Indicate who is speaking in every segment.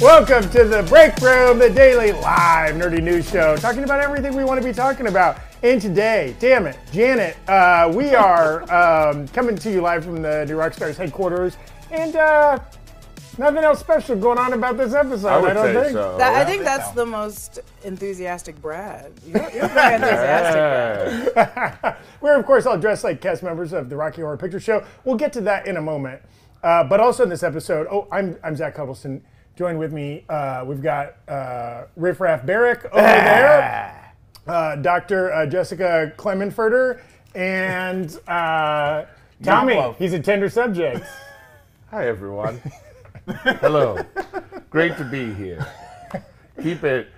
Speaker 1: Welcome to the Break Room, the daily live nerdy news show, talking about everything we want to be talking about. And today, damn it, Janet, uh, we are um, coming to you live from the New Rockstars headquarters, and uh, nothing else special going on about this episode. I,
Speaker 2: I would
Speaker 1: don't
Speaker 2: say
Speaker 1: think.
Speaker 2: so.
Speaker 3: That, I think that's the most enthusiastic Brad. You're, you're very enthusiastic. Brad.
Speaker 2: Yeah.
Speaker 1: We're, of course, all dressed like cast members of the Rocky Horror Picture Show. We'll get to that in a moment. Uh, but also in this episode, oh, I'm, I'm Zach Cuddleston. Joined with me, uh, we've got uh, Riff Raff Barrick over there, uh, Dr. Uh, Jessica Clemenfurter, and uh, Tommy.
Speaker 4: Meatloaf.
Speaker 1: He's a tender subject.
Speaker 2: Hi, everyone. Hello. Great to be here. Keep it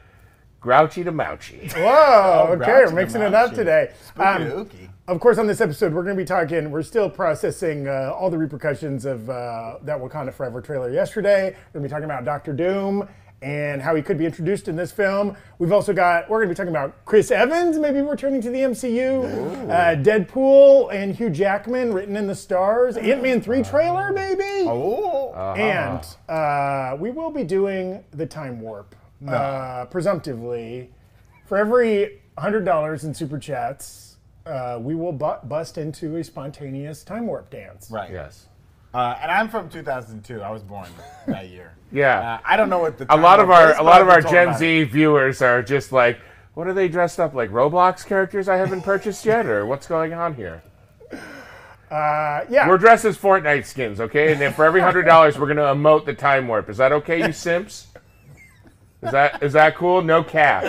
Speaker 2: grouchy to mouchy.
Speaker 1: Whoa, okay, we're
Speaker 4: Grouchy
Speaker 1: mixing it up
Speaker 4: Grouchy.
Speaker 1: today. Um,
Speaker 4: Spooky-ooky.
Speaker 1: Of course, on this episode, we're going to be talking. We're still processing uh, all the repercussions of uh, that Wakanda Forever trailer yesterday. We're going to be talking about Doctor Doom and how he could be introduced in this film. We've also got. We're going to be talking about Chris Evans maybe returning to the MCU, uh, Deadpool and Hugh Jackman written in the stars, Ant Man three trailer maybe,
Speaker 4: Oh,
Speaker 1: and uh, we will be doing the time warp uh, presumptively. For every hundred dollars in super chats, uh, we will bu- bust into a spontaneous time warp dance.
Speaker 4: right.
Speaker 2: Yes.
Speaker 4: Uh, and I'm from 2002. I was born that year.
Speaker 2: Yeah.
Speaker 4: Uh, I don't know what the
Speaker 2: a lot of
Speaker 4: timeline
Speaker 2: our
Speaker 4: is,
Speaker 2: a
Speaker 4: but
Speaker 2: lot
Speaker 4: I've
Speaker 2: of
Speaker 4: been
Speaker 2: our
Speaker 4: told
Speaker 2: Gen
Speaker 4: about it.
Speaker 2: Z viewers are just like, what are they dressed up like? Roblox characters I haven't purchased yet, or what's going on here?
Speaker 1: Uh, yeah.
Speaker 2: We're dressed as Fortnite skins, okay? And then for every hundred dollars, we're gonna emote the time warp. Is that okay, you simps? Is that is that cool? No cap.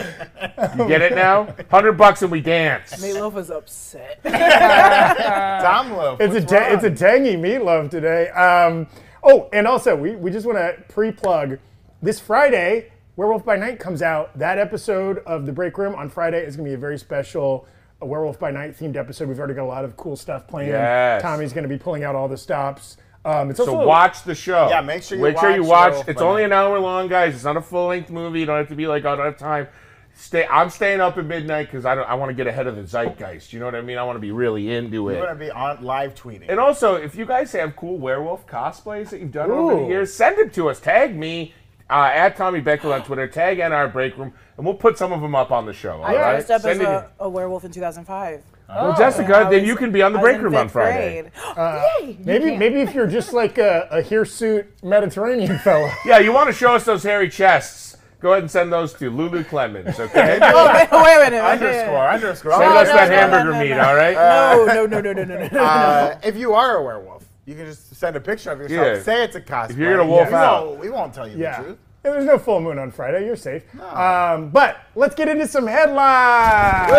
Speaker 2: You get it now? Hundred bucks and we dance.
Speaker 3: Meatloaf is upset.
Speaker 4: Tom Loaf.
Speaker 1: it's a ta- it's a tangy meatloaf today. Um, oh, and also we, we just want to pre-plug this Friday. Werewolf by Night comes out. That episode of the Break Room on Friday is going to be a very special uh, Werewolf by Night themed episode. We've already got a lot of cool stuff planned.
Speaker 2: Yes.
Speaker 1: Tommy's going to be pulling out all the stops. Um, it's
Speaker 2: So
Speaker 1: also
Speaker 2: watch the show.
Speaker 4: Yeah, make sure you
Speaker 2: make sure you
Speaker 4: watch
Speaker 2: watch.
Speaker 4: Werewolf
Speaker 2: It's
Speaker 4: by
Speaker 2: only
Speaker 4: Night.
Speaker 2: an hour long, guys. It's not a full length movie. You don't have to be like, oh, I don't have time. Stay. I'm staying up at midnight because I don't. I want to get ahead of the zeitgeist. You know what I mean? I want to be really into
Speaker 4: We're
Speaker 2: it.
Speaker 4: gonna be on live tweeting.
Speaker 2: And also, if you guys have cool werewolf cosplays that you've done over the
Speaker 1: Ooh.
Speaker 2: years, send them to us. Tag me uh, at Tommy Beckel on Twitter. Tag NR Break Room, and we'll put some of them up on the show. All right.
Speaker 3: I dressed up as
Speaker 2: Send it in.
Speaker 3: a, a werewolf in 2005.
Speaker 2: well, Jessica, then you can be on the
Speaker 3: I was
Speaker 2: break
Speaker 3: in
Speaker 2: room on
Speaker 3: fifth
Speaker 2: Friday.
Speaker 3: grade.
Speaker 1: maybe maybe if you're just like a, a hirsute Mediterranean fella.
Speaker 2: Yeah, you want to show us those hairy chests? Go ahead and send those to Lulu Clemens. Okay.
Speaker 3: Oh, wait, wait a minute. wait a minute.
Speaker 4: underscore underscore.
Speaker 2: Send
Speaker 3: No,
Speaker 2: us
Speaker 3: no,
Speaker 2: that
Speaker 3: no,
Speaker 2: hamburger
Speaker 3: no, no,
Speaker 2: meat,
Speaker 3: no.
Speaker 2: all right?
Speaker 3: No, no, no, no, no, no, no, no.
Speaker 4: Uh, if you are a werewolf, you can just send a picture of yourself.
Speaker 2: Yeah.
Speaker 4: Say it's a cosplay. If
Speaker 2: you're gonna wolf out.
Speaker 4: we won't tell you
Speaker 1: Yeah.
Speaker 4: the truth.
Speaker 1: And there's no full moon on Friday. You're safe. Um, but let's get into some headlines.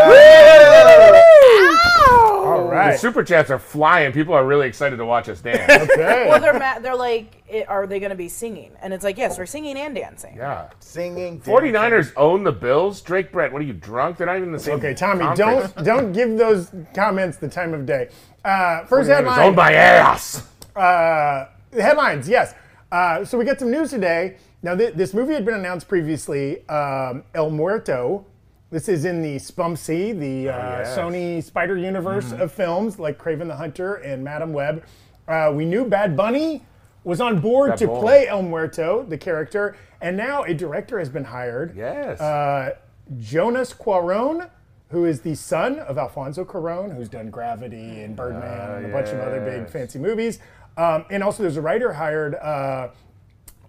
Speaker 1: All
Speaker 2: The
Speaker 1: right.
Speaker 2: super chats are flying. People are really excited to watch us dance.
Speaker 1: Okay.
Speaker 3: Well, they're mad. They're like, it, are they going to be singing? And it's like, yes, we're singing and dancing.
Speaker 2: yeah.
Speaker 4: Singing. dancing.
Speaker 2: 49ers own the Bills. Drake Brett, what are you drunk? They're not even in the same.
Speaker 1: Okay, Tommy,
Speaker 2: conference.
Speaker 1: don't don't give those comments the time of day. Uh, first
Speaker 2: 49ers owned
Speaker 1: headline.
Speaker 2: by ass.
Speaker 1: uh, headlines, yes. Uh, so we got some news today. Now, th- this movie had been announced previously, um, El Muerto. This is in the SPUMC, the uh,
Speaker 2: Ah, yes. Mm-hmm.
Speaker 1: Sony Spider Universe of films like Craven the Hunter and Madam Web. Uh, we knew Bad Bunny was on board
Speaker 2: Bad
Speaker 1: to
Speaker 2: boy.
Speaker 1: play El Muerto, the character, and now a director has been hired.
Speaker 2: Yes.
Speaker 1: Uh, Jonas Cuaron, who is the son of Alfonso Cuaron, who's done Gravity and Birdman and a bunch of other big
Speaker 2: Ah, yes.
Speaker 1: fancy movies. Um, and also, there's a writer hired. Uh,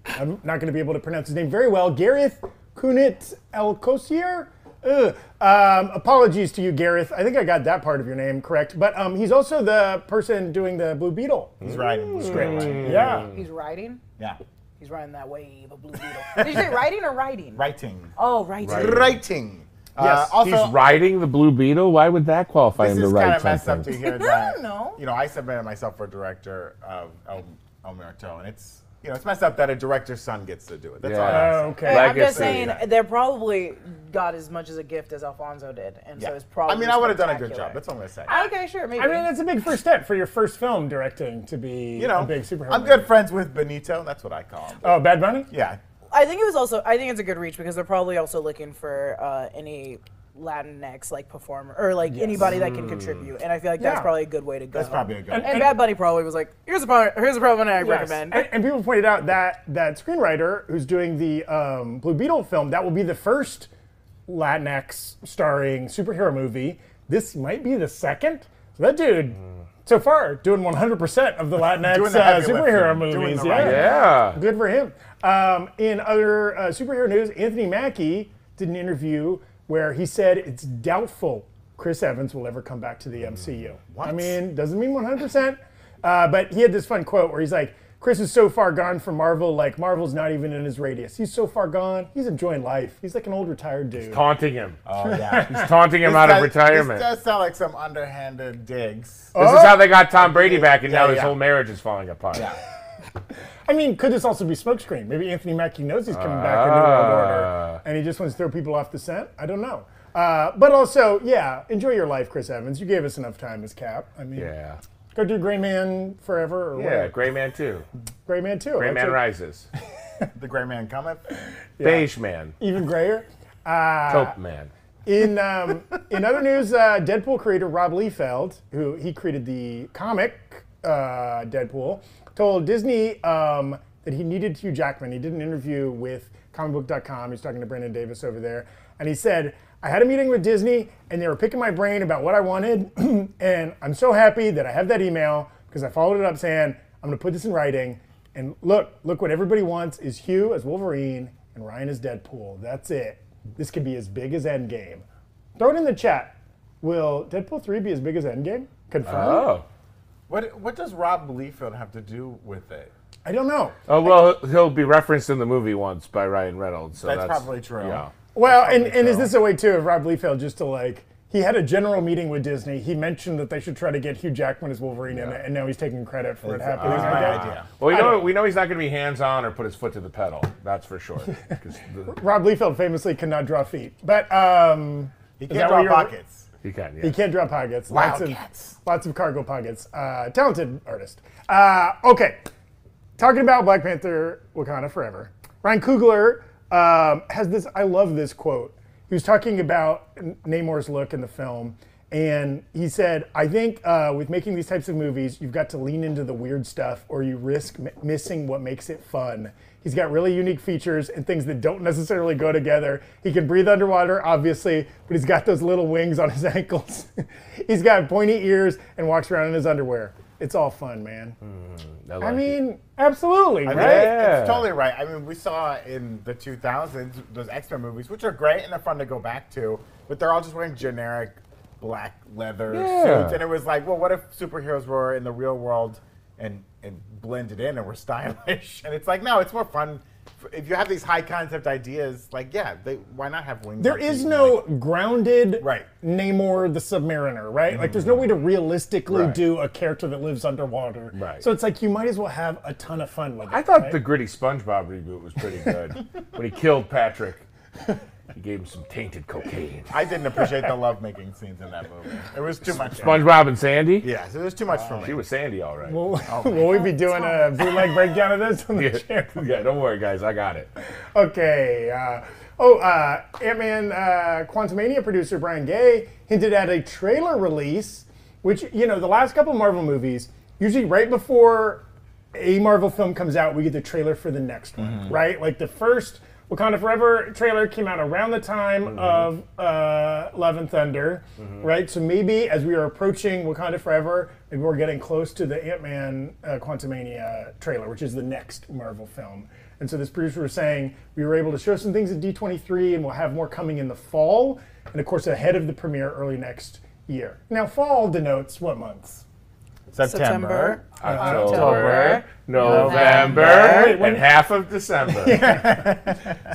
Speaker 1: I'm not going to be able to pronounce his name very well. Gareth Kunit Elkosier. Ugh. Um, apologies to you, Gareth. I think I got that part of your name correct. But um, he's also the person doing the Blue Beetle.
Speaker 2: Mm-hmm.
Speaker 4: He's riding. He's great. Riding.
Speaker 1: Yeah.
Speaker 3: He's riding.
Speaker 4: Yeah.
Speaker 3: He's riding that wave of Blue Beetle. Did you say riding or riding?
Speaker 4: Writing.
Speaker 3: Oh, riding.
Speaker 4: Writing.
Speaker 1: Yes,
Speaker 4: Uh, also,
Speaker 2: He's riding the Blue Beetle. Why would that qualify
Speaker 4: This
Speaker 2: him to
Speaker 4: is
Speaker 2: ride
Speaker 4: kind of messed up
Speaker 2: something?
Speaker 4: to hear that.
Speaker 3: No.
Speaker 4: You know, I submitted myself for director of El, El Muerto, and it's you know it's messed up that a director's son gets to do it. That's all.
Speaker 2: Yeah.
Speaker 4: I
Speaker 1: Oh,
Speaker 4: have to say.
Speaker 1: okay.
Speaker 3: Hey,
Speaker 2: Like
Speaker 3: I'm
Speaker 2: I
Speaker 3: just
Speaker 2: said,
Speaker 3: saying
Speaker 4: yeah.
Speaker 3: they're probably got as much as a gift as Alfonso did, and
Speaker 4: Yeah.
Speaker 3: so it's probably.
Speaker 4: I mean, I would have done a good
Speaker 3: spectacular.
Speaker 4: job. That's what I'm gonna say.
Speaker 3: okay, sure, maybe.
Speaker 1: I mean, that's a big first step for your first film directing to be
Speaker 4: you know,
Speaker 1: a big superhero.
Speaker 4: I'm good friends with Benito. and That's what I call him.
Speaker 1: Oh, Bad Bunny?
Speaker 4: yeah.
Speaker 3: I think it was also. I think it's a good reach because they're probably also looking for uh, any Latinx like performer or like anybody that can contribute. And I feel like that's
Speaker 1: Yeah.
Speaker 3: probably a good way to go.
Speaker 4: Mm. That's probably a good.
Speaker 3: And Bad Bunny probably was like, here's a pro- here's a program I
Speaker 1: Yes.
Speaker 3: recommend.
Speaker 1: And, and people pointed out that that screenwriter who's doing the um, Blue Beetle film, that will be the first Latinx starring superhero movie. This might be the second. So that dude, so far, doing 100% of the Latinx
Speaker 4: Doing the
Speaker 1: uh,
Speaker 4: heavy
Speaker 1: superhero
Speaker 4: lifting, doing
Speaker 1: movies.
Speaker 4: the right
Speaker 2: Yeah.
Speaker 1: Good for him. Um, in other uh, superhero news, Anthony Mackie did an interview where he said it's doubtful Chris Evans will ever come back to the MCU. I mean, doesn't mean 100%, uh, but he had this fun quote where he's like, Chris is so far gone from Marvel, like Marvel's not even in his radius. He's so far gone. He's enjoying life. He's like an old retired dude.
Speaker 2: Taunting him.
Speaker 4: Oh yeah.
Speaker 2: Taunting him out of retirement.
Speaker 4: This does sound like some underhanded digs.
Speaker 2: This is how they got Tom Brady back, and
Speaker 4: Yeah,
Speaker 2: now his
Speaker 4: yeah.
Speaker 2: whole marriage is falling apart.
Speaker 1: I mean, could this also be smokescreen? Maybe Anthony Mackie knows he's coming back in New World Order,
Speaker 2: Ah.
Speaker 1: and he just wants to throw people off the scent. I don't know. Uh, but also, yeah, enjoy your life, Chris Evans. You gave us enough time as Cap. I mean,
Speaker 2: Yeah.
Speaker 1: go do Gray Man Forever or
Speaker 2: Yeah,
Speaker 1: whatever.
Speaker 2: Gray Man too.
Speaker 1: Gray Man Two.
Speaker 2: Gray Man Rises.
Speaker 4: The gray man cometh.
Speaker 2: Beige Man.
Speaker 1: Even grayer.
Speaker 2: Cope Man.
Speaker 1: In um, in other news, uh, Deadpool creator Rob Liefeld, who he created the comic uh, Deadpool, told Disney um, that he needed Hugh Jackman. He did an interview with comicbook.com. He's talking to Brandon Davis over there, and he said, "I had a meeting with Disney, and they were picking my brain about what I wanted, and I'm so happy that I have that email because I followed it up saying I'm going to put this in writing, and look, look what everybody wants is Hugh as Wolverine and Ryan as Deadpool. That's it." This could be as big as Endgame. Throw it in the chat. Will Deadpool 3 be as big as Endgame? Confirmed?
Speaker 2: Oh.
Speaker 4: What What does Rob Liefeld have to do with it?
Speaker 1: I don't know.
Speaker 2: Oh well, he'll be referenced in the movie once by Ryan Reynolds. So
Speaker 4: That's
Speaker 2: that's,
Speaker 4: probably true.
Speaker 2: Yeah.
Speaker 1: Well, and, and is this a way, too, of Rob Liefeld just to like, he had a general meeting with Disney. He mentioned that they should try to get Hugh Jackman as Wolverine in it, and now he's taking credit for it
Speaker 4: It
Speaker 1: happening.
Speaker 4: was
Speaker 1: I
Speaker 4: my
Speaker 1: guess.
Speaker 4: idea.
Speaker 2: Well, we
Speaker 1: I
Speaker 2: know
Speaker 1: don't-
Speaker 2: we know he's not going to be hands on or put his foot to the pedal. That's for sure. 'Cause the-
Speaker 1: Rob Liefeld famously cannot draw feet, but um,
Speaker 4: He
Speaker 1: that
Speaker 4: can't
Speaker 1: what
Speaker 4: draw
Speaker 1: you're-
Speaker 4: pockets.
Speaker 2: he can.
Speaker 1: he
Speaker 2: Yeah.
Speaker 1: can draw pockets.
Speaker 4: Wildcats.
Speaker 1: Of, lots of cargo pockets. Uh, talented artist. Uh, okay. talking about Black Panther Wakanda Forever, Ryan Coogler um, has this, I love this quote. He was talking about N- Namor's look in the film, and he said, I think uh, with making these types of movies, you've got to lean into the weird stuff or you risk m- missing what makes it fun. He's got really unique features and things that don't necessarily go together. He can breathe underwater, obviously, but he's got those little wings on his ankles. he's got pointy ears and walks around in his underwear. It's all fun, man.
Speaker 2: like
Speaker 1: I
Speaker 2: it.
Speaker 1: mean, absolutely,
Speaker 4: I
Speaker 1: right?
Speaker 4: mean,
Speaker 2: Yeah.
Speaker 4: It's totally right. I mean, we saw in the 2000s those X Men movies, which are great and they're fun to go back to, but they're all just wearing generic black leather
Speaker 2: Yeah.
Speaker 4: suits. And it was like, well, what if superheroes were in the real world and, and blended in and were stylish? And it's like, no, it's more fun. f- If you have these high concept ideas, like, yeah, they, why not have wings?
Speaker 1: There
Speaker 4: like
Speaker 1: is
Speaker 4: these,
Speaker 1: no
Speaker 4: like-
Speaker 1: grounded
Speaker 4: Right.
Speaker 1: Namor the Submariner, right? Like, there's no way to realistically
Speaker 2: Mm-hmm. Right.
Speaker 1: do a character that lives underwater.
Speaker 2: Right.
Speaker 1: So it's like you might as well have a ton of fun with it.
Speaker 2: I thought
Speaker 1: right?
Speaker 2: the gritty SpongeBob reboot was pretty good when he killed Patrick. He gave him some tainted cocaine.
Speaker 4: I didn't appreciate the love making scenes in that movie. It was too much.
Speaker 2: SpongeBob and Sandy.
Speaker 4: Yeah, so there's too much for me.
Speaker 2: She was Sandy, all right.
Speaker 1: Will, will we be doing a bootleg breakdown of this on the
Speaker 2: yeah.
Speaker 1: channel?
Speaker 2: yeah, don't worry, guys. I got it.
Speaker 1: Okay. Uh, oh, uh, Ant Man uh, Quantumania producer Brian Gay hinted at a trailer release, which, you know, the last couple Marvel movies, usually right before a Marvel film comes out, we get the trailer for the next one, right? Like the first Wakanda Forever trailer came out around the time of uh, Love and Thunder, right? So maybe as we are approaching Wakanda Forever, maybe we're getting close to the Ant Man uh, Quantumania trailer, which is the next Marvel film. And so this producer was saying we were able to show some things at D23, and we'll have more coming in the fall, and of course ahead of the premiere early next year. Now, fall denotes what months?
Speaker 3: September.
Speaker 2: October, November,
Speaker 3: November,
Speaker 2: and half of December.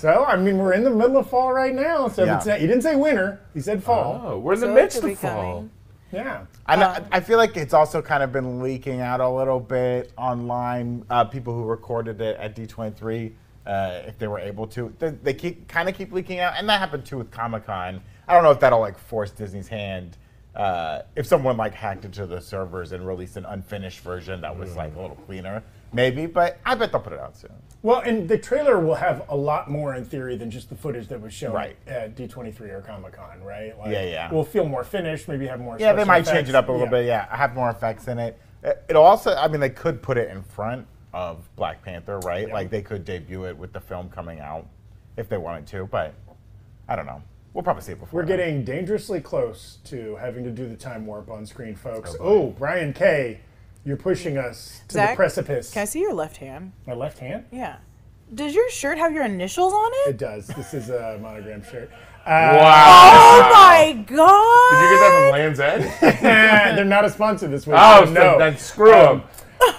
Speaker 1: So I mean, we're in the middle of fall right now. So if
Speaker 4: Yeah.
Speaker 1: it's not, he didn't say winter, he said fall.
Speaker 2: Oh, we're in the
Speaker 3: So it
Speaker 2: midst
Speaker 3: could be
Speaker 2: of fall.
Speaker 3: coming.
Speaker 1: Yeah.
Speaker 4: And I, I feel like it's also kind of been leaking out a little bit online. Uh, people who recorded it at D23, uh, if they were able to, they, they keep kind of keep leaking out, and that happened too with Comic Con. I don't know if that'll like force Disney's hand. Uh, if someone like hacked into the servers and released an unfinished version that was like a little cleaner, Maybe, but I bet they'll put it out soon.
Speaker 1: Well, and the trailer will have a lot more in theory than just the footage that was shown
Speaker 4: Right.
Speaker 1: at D23 or Comic Con, right? Like,
Speaker 4: Yeah, yeah.
Speaker 1: We'll feel more finished, maybe have more.
Speaker 4: Yeah, they
Speaker 1: special
Speaker 4: might change
Speaker 1: effects.
Speaker 4: it up a little bit. Yeah, have more effects in it. Uh, It'll also, I mean, they could put it in front of Black Panther, right? Like they could debut it with the film coming out if they wanted to, but I don't know. We'll probably see it before.
Speaker 1: We're
Speaker 4: then.
Speaker 1: getting dangerously close to having to do the time warp on screen, folks. Oh, Brian K, you're pushing us to the
Speaker 3: Zach,
Speaker 1: precipice.
Speaker 3: Can I see your left hand?
Speaker 1: My left hand?
Speaker 3: Yeah. Does your shirt have your initials on it?
Speaker 1: It does. This is a monogram shirt.
Speaker 2: Wow.
Speaker 3: oh my god!
Speaker 2: Did you get that from Land's End?
Speaker 1: Eh, They're not a sponsor this week.
Speaker 2: Oh,
Speaker 1: so
Speaker 2: no.
Speaker 1: no.
Speaker 2: Then screw
Speaker 3: Um,
Speaker 2: him.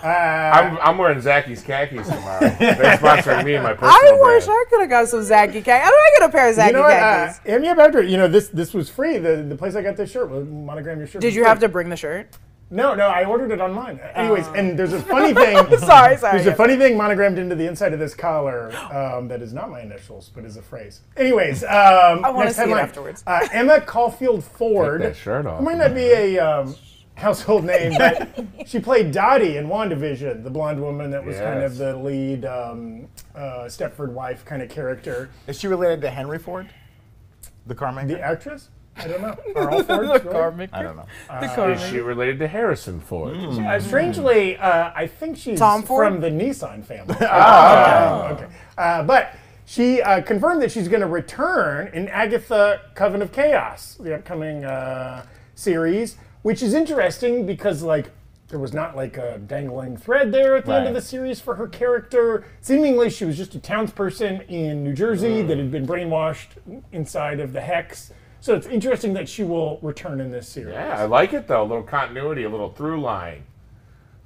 Speaker 3: uh,
Speaker 2: I'm, I'm wearing Zachy's khakis tomorrow. They're sponsoring me and my personal
Speaker 3: I wish
Speaker 2: brand.
Speaker 3: I could have got some Zachy khakis. How do I get a pair of Zachy
Speaker 1: you know what? Uh,
Speaker 3: khakis?
Speaker 1: hit me up after. You know this. This was free. The the place I got this shirt was monogram your shirt.
Speaker 3: Did
Speaker 1: was
Speaker 3: you
Speaker 1: free.
Speaker 3: have to bring the shirt?
Speaker 1: No, no. I ordered it online. Anyways, and there's a funny thing.
Speaker 3: Sorry, sorry.
Speaker 1: There's a funny thing monogrammed into the inside of this collar um, that is not my initials, but is a phrase. Anyways, um, I
Speaker 3: wanna see it afterwards.
Speaker 1: Uh, Emma Caulfield Ford.
Speaker 2: Take that shirt off.
Speaker 1: It might not be a um, household name, but she played Dottie in WandaVision, the blonde woman that was kind of
Speaker 2: Yes.
Speaker 1: the lead um, uh, Stepford wife kind of character.
Speaker 4: Is she related to Henry Ford, the car maker?
Speaker 1: The actress? I don't know. Are all Fords really?
Speaker 4: I don't know.
Speaker 3: The car
Speaker 2: Is she related to Harrison Ford?
Speaker 1: Uh, strangely, uh, I think she's
Speaker 3: Tom Ford?
Speaker 1: from the Nissan family. Uh, okay. Uh, but she uh, confirmed that she's going to return in Agatha Coven of Chaos, the upcoming uh, series, which is interesting because, like, there was not like a dangling thread there at the end of
Speaker 4: Right.
Speaker 1: the series for her character. Seemingly, she was just a townsperson in New Jersey that had been brainwashed inside of the hex. So it's interesting that she will return in this series.
Speaker 2: Yeah, I like it though. A little continuity, a little through line.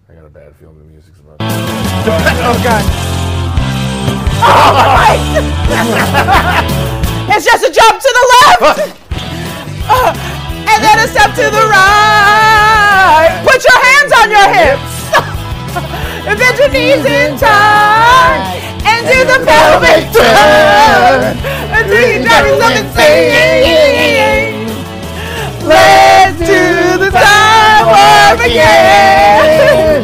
Speaker 2: I got a bad feeling the music's about. To...
Speaker 3: Oh god. Oh
Speaker 1: Uh,
Speaker 3: my! it's just a jump to the left! Uh, and then a step to the right! Put your hands on your hips! Bend your knees in time! And do the pelvic turn! And do your dirty loving thing! Let's do the time warp again!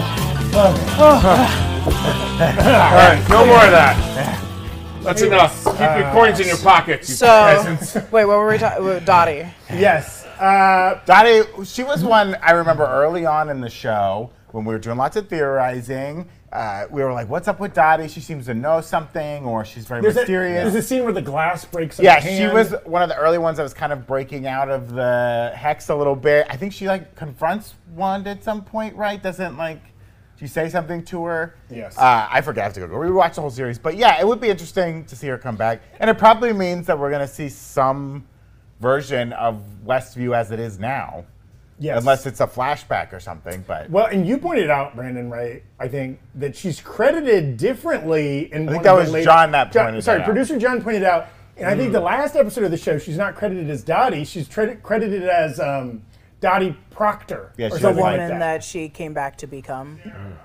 Speaker 2: All right, no more of that. That's enough. Keep your coins in your pockets, you
Speaker 3: uh, So-
Speaker 2: peasants.
Speaker 3: Wait, what were we talking? Dottie.
Speaker 1: Yes. Uh,
Speaker 4: Dottie, she was one I remember early on in the show when we were doing lots of theorizing. Uh, we were like, "What's up with Dottie? She seems to know something, or she's very
Speaker 1: There's a,
Speaker 4: mysterious."
Speaker 1: there's a scene where the glass breaks. in
Speaker 4: Yeah,
Speaker 1: the
Speaker 4: she
Speaker 1: hand.
Speaker 4: was one of the early ones that was kind of breaking out of the hex a little bit. I think she like confronts Wanda at some point, right? Doesn't like she say something to her?
Speaker 1: Yes.
Speaker 4: Uh, I forgot. I have to go rewatch the whole series, but yeah, it would be interesting to see her come back, and it probably means that we're gonna see some version of Westview as it is now,
Speaker 1: Yes.
Speaker 4: unless it's a flashback or something. But
Speaker 1: well, and you pointed out, Brandon, right? I think that she's credited differently. In I
Speaker 4: think that was John that pointed
Speaker 1: sorry,
Speaker 4: that out. Hmm.
Speaker 1: producer John pointed out, and I think the last episode of the show, she's not credited as Dottie. She's tra- credited as um, Dottie Proctor
Speaker 4: Yeah,
Speaker 1: or
Speaker 4: she
Speaker 1: something
Speaker 4: was
Speaker 1: like
Speaker 3: woman
Speaker 1: that.
Speaker 3: that. she came back to become.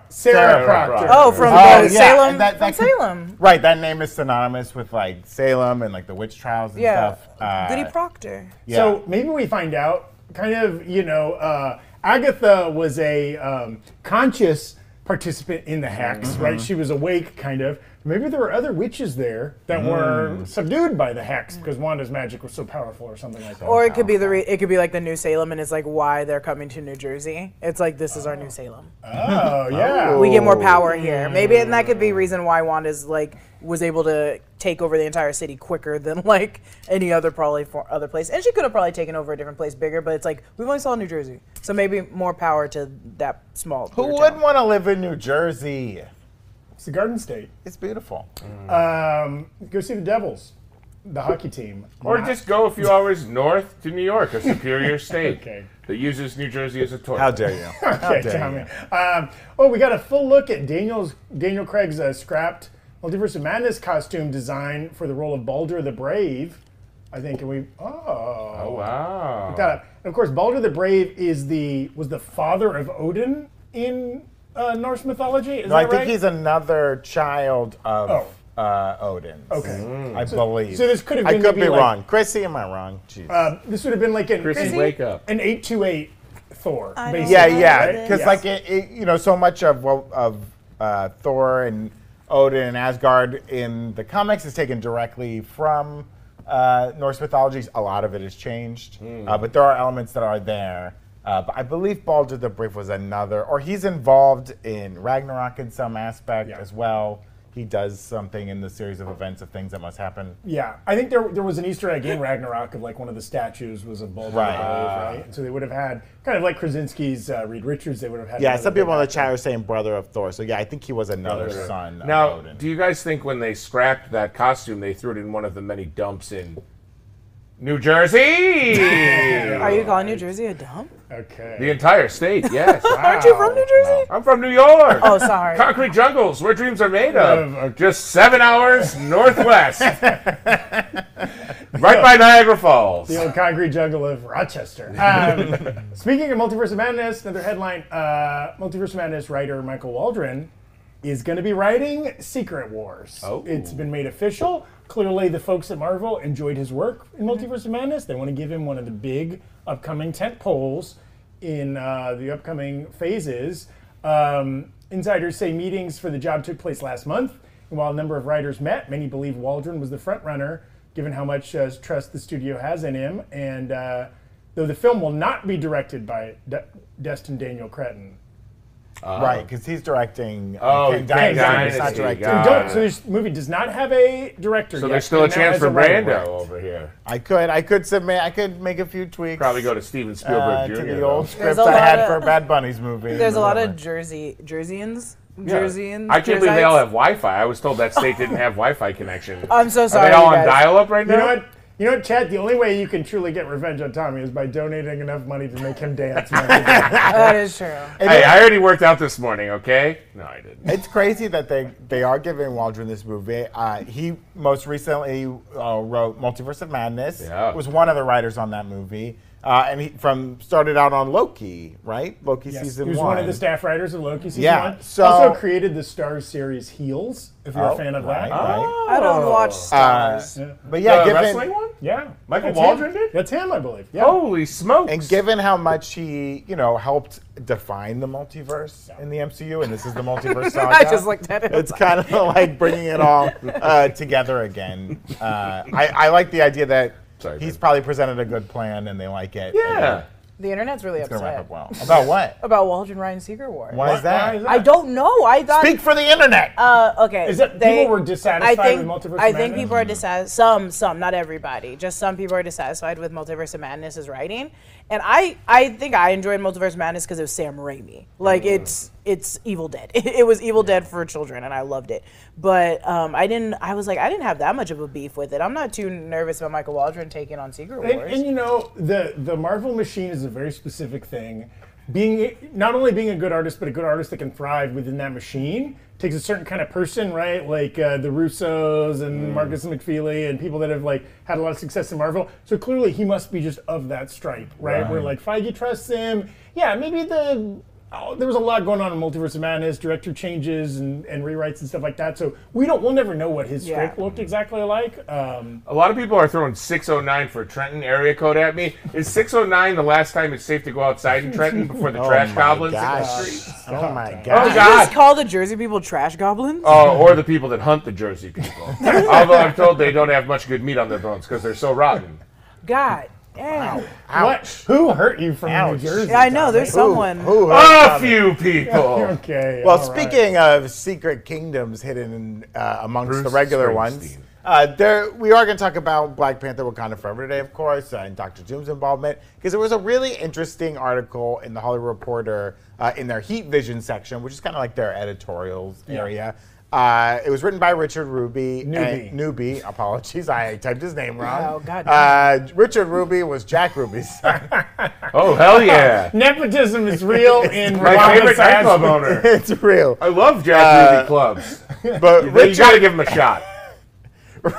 Speaker 1: Sarah,
Speaker 2: Sarah
Speaker 1: Proctor.
Speaker 2: Proctor.
Speaker 3: Oh, from
Speaker 4: Oh,
Speaker 3: uh,
Speaker 4: yeah,
Speaker 3: Salem.
Speaker 4: and that- that
Speaker 3: from
Speaker 4: could-
Speaker 3: Salem.
Speaker 4: right, that name is synonymous with like Salem and like the witch trials and
Speaker 3: Yeah.
Speaker 4: stuff. Uh,
Speaker 3: Goody Proctor.
Speaker 4: yeah.
Speaker 1: So maybe we find out, kind of, you know, uh, Agatha was a um, conscious participant in the hex, right? She was awake, kind of. Maybe there were other witches there that were subdued by the hex because Wanda's magic was so powerful, or something like that.
Speaker 3: Or it could be the re- it could be like the New Salem, and it's like why they're coming to New Jersey. It's like this is our New Salem.
Speaker 1: oh yeah,
Speaker 3: We get more power here. Maybe and that could be reason why Wanda's like was able to take over the entire city quicker than like any other probably for other place. And she could have probably taken over a different place bigger, but it's like we only saw New Jersey, so maybe more power to that small.
Speaker 4: Who wouldn't want to live in New Jersey?
Speaker 1: it's the Garden State.
Speaker 4: It's beautiful.
Speaker 1: Um, go see the Devils, the hockey team.
Speaker 2: Or just go a few hours north to New York, a superior state
Speaker 1: Okay.
Speaker 2: that uses New Jersey as a toilet.
Speaker 4: How dare you?
Speaker 1: Okay,
Speaker 4: dare
Speaker 1: Tommy. Um, oh, we got a full look at Daniel's Daniel Craig's uh, scrapped Multiverse of Madness costume design for the role of Baldur the Brave. I think, and we oh,
Speaker 2: Oh, wow.
Speaker 1: that up. And of course, Baldur the Brave is the was the father of Odin in uh, Norse mythology. Is that
Speaker 4: No, I think
Speaker 1: right?
Speaker 4: he's another child of
Speaker 1: Oh.
Speaker 4: uh, Odin.
Speaker 1: Okay.
Speaker 4: I believe.
Speaker 1: so this could have
Speaker 4: I
Speaker 1: been
Speaker 4: could
Speaker 1: maybe
Speaker 4: be
Speaker 1: like-
Speaker 4: wrong. Chrissy, am I wrong? Jeez.
Speaker 1: Uh, this would have been like an
Speaker 2: Chrissy,
Speaker 1: an-
Speaker 2: wake up.
Speaker 1: an eight two eight Thor.
Speaker 3: don't
Speaker 1: basically,
Speaker 4: yeah,
Speaker 3: yeah,
Speaker 4: yeah.
Speaker 1: right?
Speaker 4: Because
Speaker 1: Yes.
Speaker 4: like it, it, you know, so much of what of uh, uh, Thor and Odin and Asgard in the comics is taken directly from uh, Norse mythologies. A lot of it has changed, uh, but there are elements that are there. Uh, but I believe Baldur the Brave was another, or he's involved in Ragnarok in some aspect
Speaker 1: Yeah.
Speaker 4: as well. He does something in the series of events of things that must happen.
Speaker 1: Yeah, I think there there was an Easter egg in Ragnarok of like one of the statues was a Baldur
Speaker 4: Right.
Speaker 1: right. right? And so they would have had kind of like Krasinski's uh, Reed Richards. They would have had
Speaker 4: Yeah,
Speaker 1: another
Speaker 4: some people
Speaker 1: big
Speaker 4: in the
Speaker 1: actor.
Speaker 4: chat are saying brother of Thor. So yeah, I think he was another
Speaker 2: Brother of-
Speaker 4: son
Speaker 2: Now,
Speaker 4: of Odin.
Speaker 2: do you guys think when they scrapped that costume, they threw it in one of the many dumps in New Jersey?
Speaker 3: Are you calling New Jersey a dump?
Speaker 1: Okay.
Speaker 2: the entire state, yes.
Speaker 3: Aren't you from New Jersey?
Speaker 2: I'm from New York.
Speaker 3: Oh, sorry.
Speaker 2: Concrete jungles, where dreams are made of.
Speaker 1: Um, okay.
Speaker 2: Just seven hours northwest, right by Niagara Falls.
Speaker 1: The old concrete jungle of Rochester. Um, speaking of Multiverse of Madness, another headline uh, Multiverse of Madness writer Michael Waldron is going to be writing Secret Wars.
Speaker 2: Oh.
Speaker 1: It's been made official. Clearly, the folks at Marvel enjoyed his work in
Speaker 2: Mm-hmm.
Speaker 1: Multiverse of Madness. They want to give him one of the big upcoming tent poles in uh, the upcoming phases. Um, insiders say meetings for the job took place last month, and while a number of writers met, many believe Waldron was the frontrunner, given how much uh, trust the studio has in him. And uh, though the film will not be directed by De- Destin Daniel Cretton,
Speaker 4: right, because he's directing. uh,
Speaker 2: Um, Oh,
Speaker 4: Kang
Speaker 2: Kang
Speaker 4: Dynasty, he's not
Speaker 2: Dynasty,
Speaker 4: directing.
Speaker 2: got
Speaker 1: We
Speaker 2: Uh,
Speaker 1: don't, so this movie does not have a director.
Speaker 2: so
Speaker 1: yet,
Speaker 2: there's still a
Speaker 1: and now
Speaker 2: chance
Speaker 1: has
Speaker 2: for
Speaker 1: writer.
Speaker 2: Brando over here.
Speaker 4: I could, I could submit, I could make a few tweaks.
Speaker 2: Probably go to Steven Spielberg
Speaker 4: uh,
Speaker 2: Jr.
Speaker 4: to the
Speaker 2: though.
Speaker 4: old
Speaker 3: There's
Speaker 4: script
Speaker 3: a
Speaker 4: I had
Speaker 3: lot
Speaker 4: for
Speaker 3: of-
Speaker 4: Bad Bunny's movie.
Speaker 3: There's a lot of
Speaker 4: Remember.
Speaker 3: Jersey Jerseyans.
Speaker 2: Yeah.
Speaker 3: Jerseyans.
Speaker 2: I can't believe they
Speaker 3: Jerseyites?
Speaker 2: all have Wi-Fi. I was told that state didn't have Wi-Fi connection.
Speaker 3: I'm so
Speaker 2: Are
Speaker 3: sorry,
Speaker 2: they all
Speaker 3: you
Speaker 2: on
Speaker 3: guys.
Speaker 2: dial-up right now?
Speaker 1: You know what? You know what, Chad? The only way you can truly get revenge on Tommy is by donating enough money to make him dance. once again.
Speaker 3: That is true.
Speaker 2: Hey, I already worked out this morning. Okay? No, I didn't.
Speaker 4: It's crazy that they, they are giving Waldron this movie. Uh, he most recently uh, wrote Multiverse of Madness.
Speaker 2: Yeah.
Speaker 4: Was one of the writers on that movie, uh, and he from started out on Loki, right? Loki
Speaker 1: Yes,
Speaker 4: season
Speaker 1: he was
Speaker 4: one.
Speaker 1: one. of the staff writers of Loki season
Speaker 4: Yeah,
Speaker 1: one.
Speaker 4: so-
Speaker 1: also created the Stars series Heels. If you're
Speaker 4: Oh,
Speaker 1: a fan of that,
Speaker 4: right, right.
Speaker 3: I don't watch
Speaker 2: Uh,
Speaker 3: stars.
Speaker 1: Yeah.
Speaker 4: Uh, But yeah,
Speaker 2: the
Speaker 4: given
Speaker 2: wrestling one?
Speaker 1: yeah,
Speaker 2: Michael
Speaker 1: That's
Speaker 2: Waldron Oh,
Speaker 1: him.
Speaker 2: did?
Speaker 1: That's him, I believe. Yeah.
Speaker 2: Holy smokes!
Speaker 4: and given how much he, you know, helped define the multiverse in the MCU, and this is the multiverse saga.
Speaker 3: I just looked at it.
Speaker 4: It's kind of like bringing it all uh, together again. Uh, I, I like the idea that
Speaker 2: Sorry,
Speaker 4: he's
Speaker 2: Ben.
Speaker 4: probably presented a good plan and they like it. and
Speaker 2: yeah.
Speaker 3: The internet's really
Speaker 4: It's going to wrap up
Speaker 3: upset
Speaker 4: well. About what?
Speaker 3: about Waldron Ryan Secret War.
Speaker 4: Why is
Speaker 1: Why
Speaker 4: that?
Speaker 1: is that?
Speaker 3: I don't know. I thought.
Speaker 4: Speak for the internet.
Speaker 3: uh, okay.
Speaker 1: Is that people were dissatisfied
Speaker 3: I think,
Speaker 1: with Multiverse of
Speaker 3: I think
Speaker 1: Madness?
Speaker 3: people are dissatisfied. Some, some, not everybody. Just some people are dissatisfied with Multiverse of Madness's writing. And I, I think I enjoyed Multiverse of Madness because it was Sam Raimi. Like
Speaker 1: Mm.
Speaker 3: it's, it's Evil Dead. It, was Evil Dead for children, and I loved it. But um, I didn't. I was like, I didn't have that much of a beef with it. I'm not too nervous about Michael Waldron taking on Secret
Speaker 1: And,
Speaker 3: Wars.
Speaker 1: and you know, the the Marvel machine is a very specific thing. Being not only being a good artist, but a good artist that can thrive within that machine takes a certain kind of person, right? Like uh, the Russos and Marcus McFeely and people that have like had a lot of success in Marvel. So clearly, he must be just of that stripe, right? Where like Feige trusts him. Yeah, maybe the. Oh, there was a lot going on in Multiverse of Madness, director changes and, and rewrites and stuff like that. So we don't, we'll never know what his
Speaker 3: Yeah.
Speaker 1: script looked exactly like. Um,
Speaker 2: A lot of people are throwing 609 for Trenton area code at me. Is 609 the last time it's safe to go outside in Trenton before the trash
Speaker 4: Oh my
Speaker 2: goblins
Speaker 4: gosh.
Speaker 2: in the street?
Speaker 4: oh my
Speaker 2: Oh,
Speaker 4: God.
Speaker 3: Did you
Speaker 2: God.
Speaker 3: just call the Jersey people trash goblins?
Speaker 2: Oh, or the people that hunt the Jersey people. Although I'm told they don't have much good meat on their bones because they're so rotten.
Speaker 3: God damn.
Speaker 1: What? Who hurt you from
Speaker 4: Ouch.
Speaker 1: New Jersey?
Speaker 3: Yeah, I know. There's someone.
Speaker 4: Who- who-
Speaker 2: A few people.
Speaker 1: Okay.
Speaker 4: Oh. Well,
Speaker 1: all right.
Speaker 4: speaking of secret kingdoms hidden uh, amongst
Speaker 2: Bruce
Speaker 4: the regular
Speaker 2: Springsteen.
Speaker 4: ones, uh, there we are going to talk about Black Panther: Wakanda Forever today, of course, uh, and Doctor Doom's involvement because there was a really interesting article in the Hollywood Reporter uh, in their Heat Vision section, which is kind of like their editorials area. Uh, it was written by Richard Ruby.
Speaker 1: Newby.
Speaker 4: and- Newby, apologies, I typed his name wrong.
Speaker 3: Oh, God.
Speaker 4: Uh, Richard Ruby was Jack Ruby's son.
Speaker 2: Oh, hell yeah.
Speaker 1: nepotism is real in
Speaker 2: My favorite
Speaker 1: Rwanda.
Speaker 2: nightclub owner.
Speaker 4: it's real.
Speaker 2: I love Jack
Speaker 4: Uh,
Speaker 2: Ruby clubs.
Speaker 4: But
Speaker 2: They- Oh, You
Speaker 4: Richard,
Speaker 2: gotta give him a shot.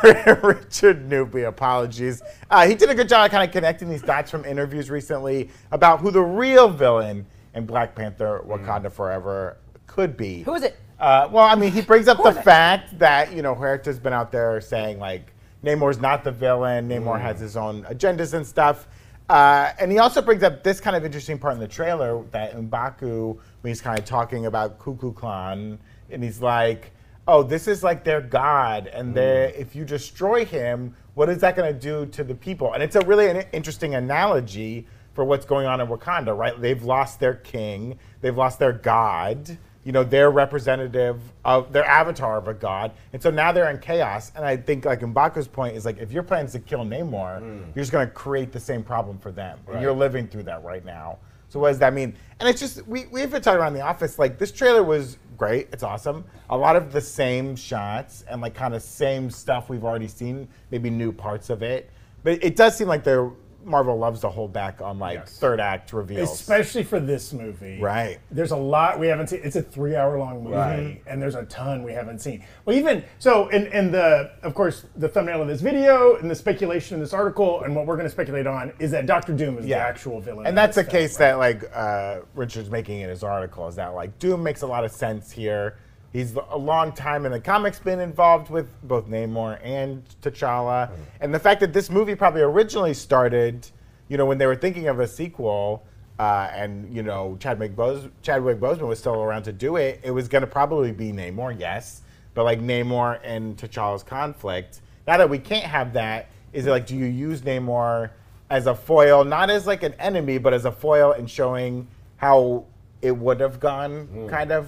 Speaker 4: Richard Newby, apologies. Uh, he did a good job of kind of connecting these dots from interviews recently about who the real villain in Black Panther Wakanda Forever could be.
Speaker 3: Hmm. Who is it?
Speaker 4: Uh, well, I mean, he brings up the fact that, you know, Huerta's been out there saying, like, Namor's not the villain, Namor
Speaker 3: Hmm.
Speaker 4: has his own agendas and stuff. Uh, and he also brings up this kind of interesting part in the trailer that Mbaku, when he's kind of talking about Ku Klux Klan and he's like, "Oh, this is like their god, and they if you destroy him, what is that going to do to the people?" And it's a really an interesting analogy for what's going on in Wakanda, right? They've lost their king, they've lost their god, you know, their representative of their avatar of a god, and so now they're in chaos. And I think like Mbaku's point is like, if your plan is to kill Namor, you're just going to create the same problem for them. And you're living through that right now. So what does that mean? And it's just we we've been talking around the office like this trailer was great. It's awesome. A lot of the same shots and like kind of same stuff we've already seen. Maybe new parts of it, but it does seem like they're Marvel loves to hold back on like
Speaker 2: Yes.
Speaker 4: third act reveals.
Speaker 1: especially for this movie.
Speaker 4: Right.
Speaker 1: There's a lot we haven't seen. It's a three-hour-long movie,
Speaker 4: Right.
Speaker 1: and there's a ton we haven't seen. Well, even so, in, in the of course the thumbnail of this video and the speculation in this article and what we're going to speculate on is that Doctor Doom is the actual villain.
Speaker 4: And that's
Speaker 1: a
Speaker 4: a case that like uh, Richard's making in his article is that like Doom makes a lot of sense here. He's a long time in the comics been involved with both Namor and T'Challa, and the fact that this movie probably originally started, you know, when they were thinking of a sequel, uh, and you know Chadwick, Bos- Chadwick Boseman was still around to do it. It was going to probably be Namor, yes, but like Namor and T'Challa's conflict. Now that we can't have that, is it like do you use Namor as a foil, not as like an enemy, but as a foil and showing how it would have gone, kind of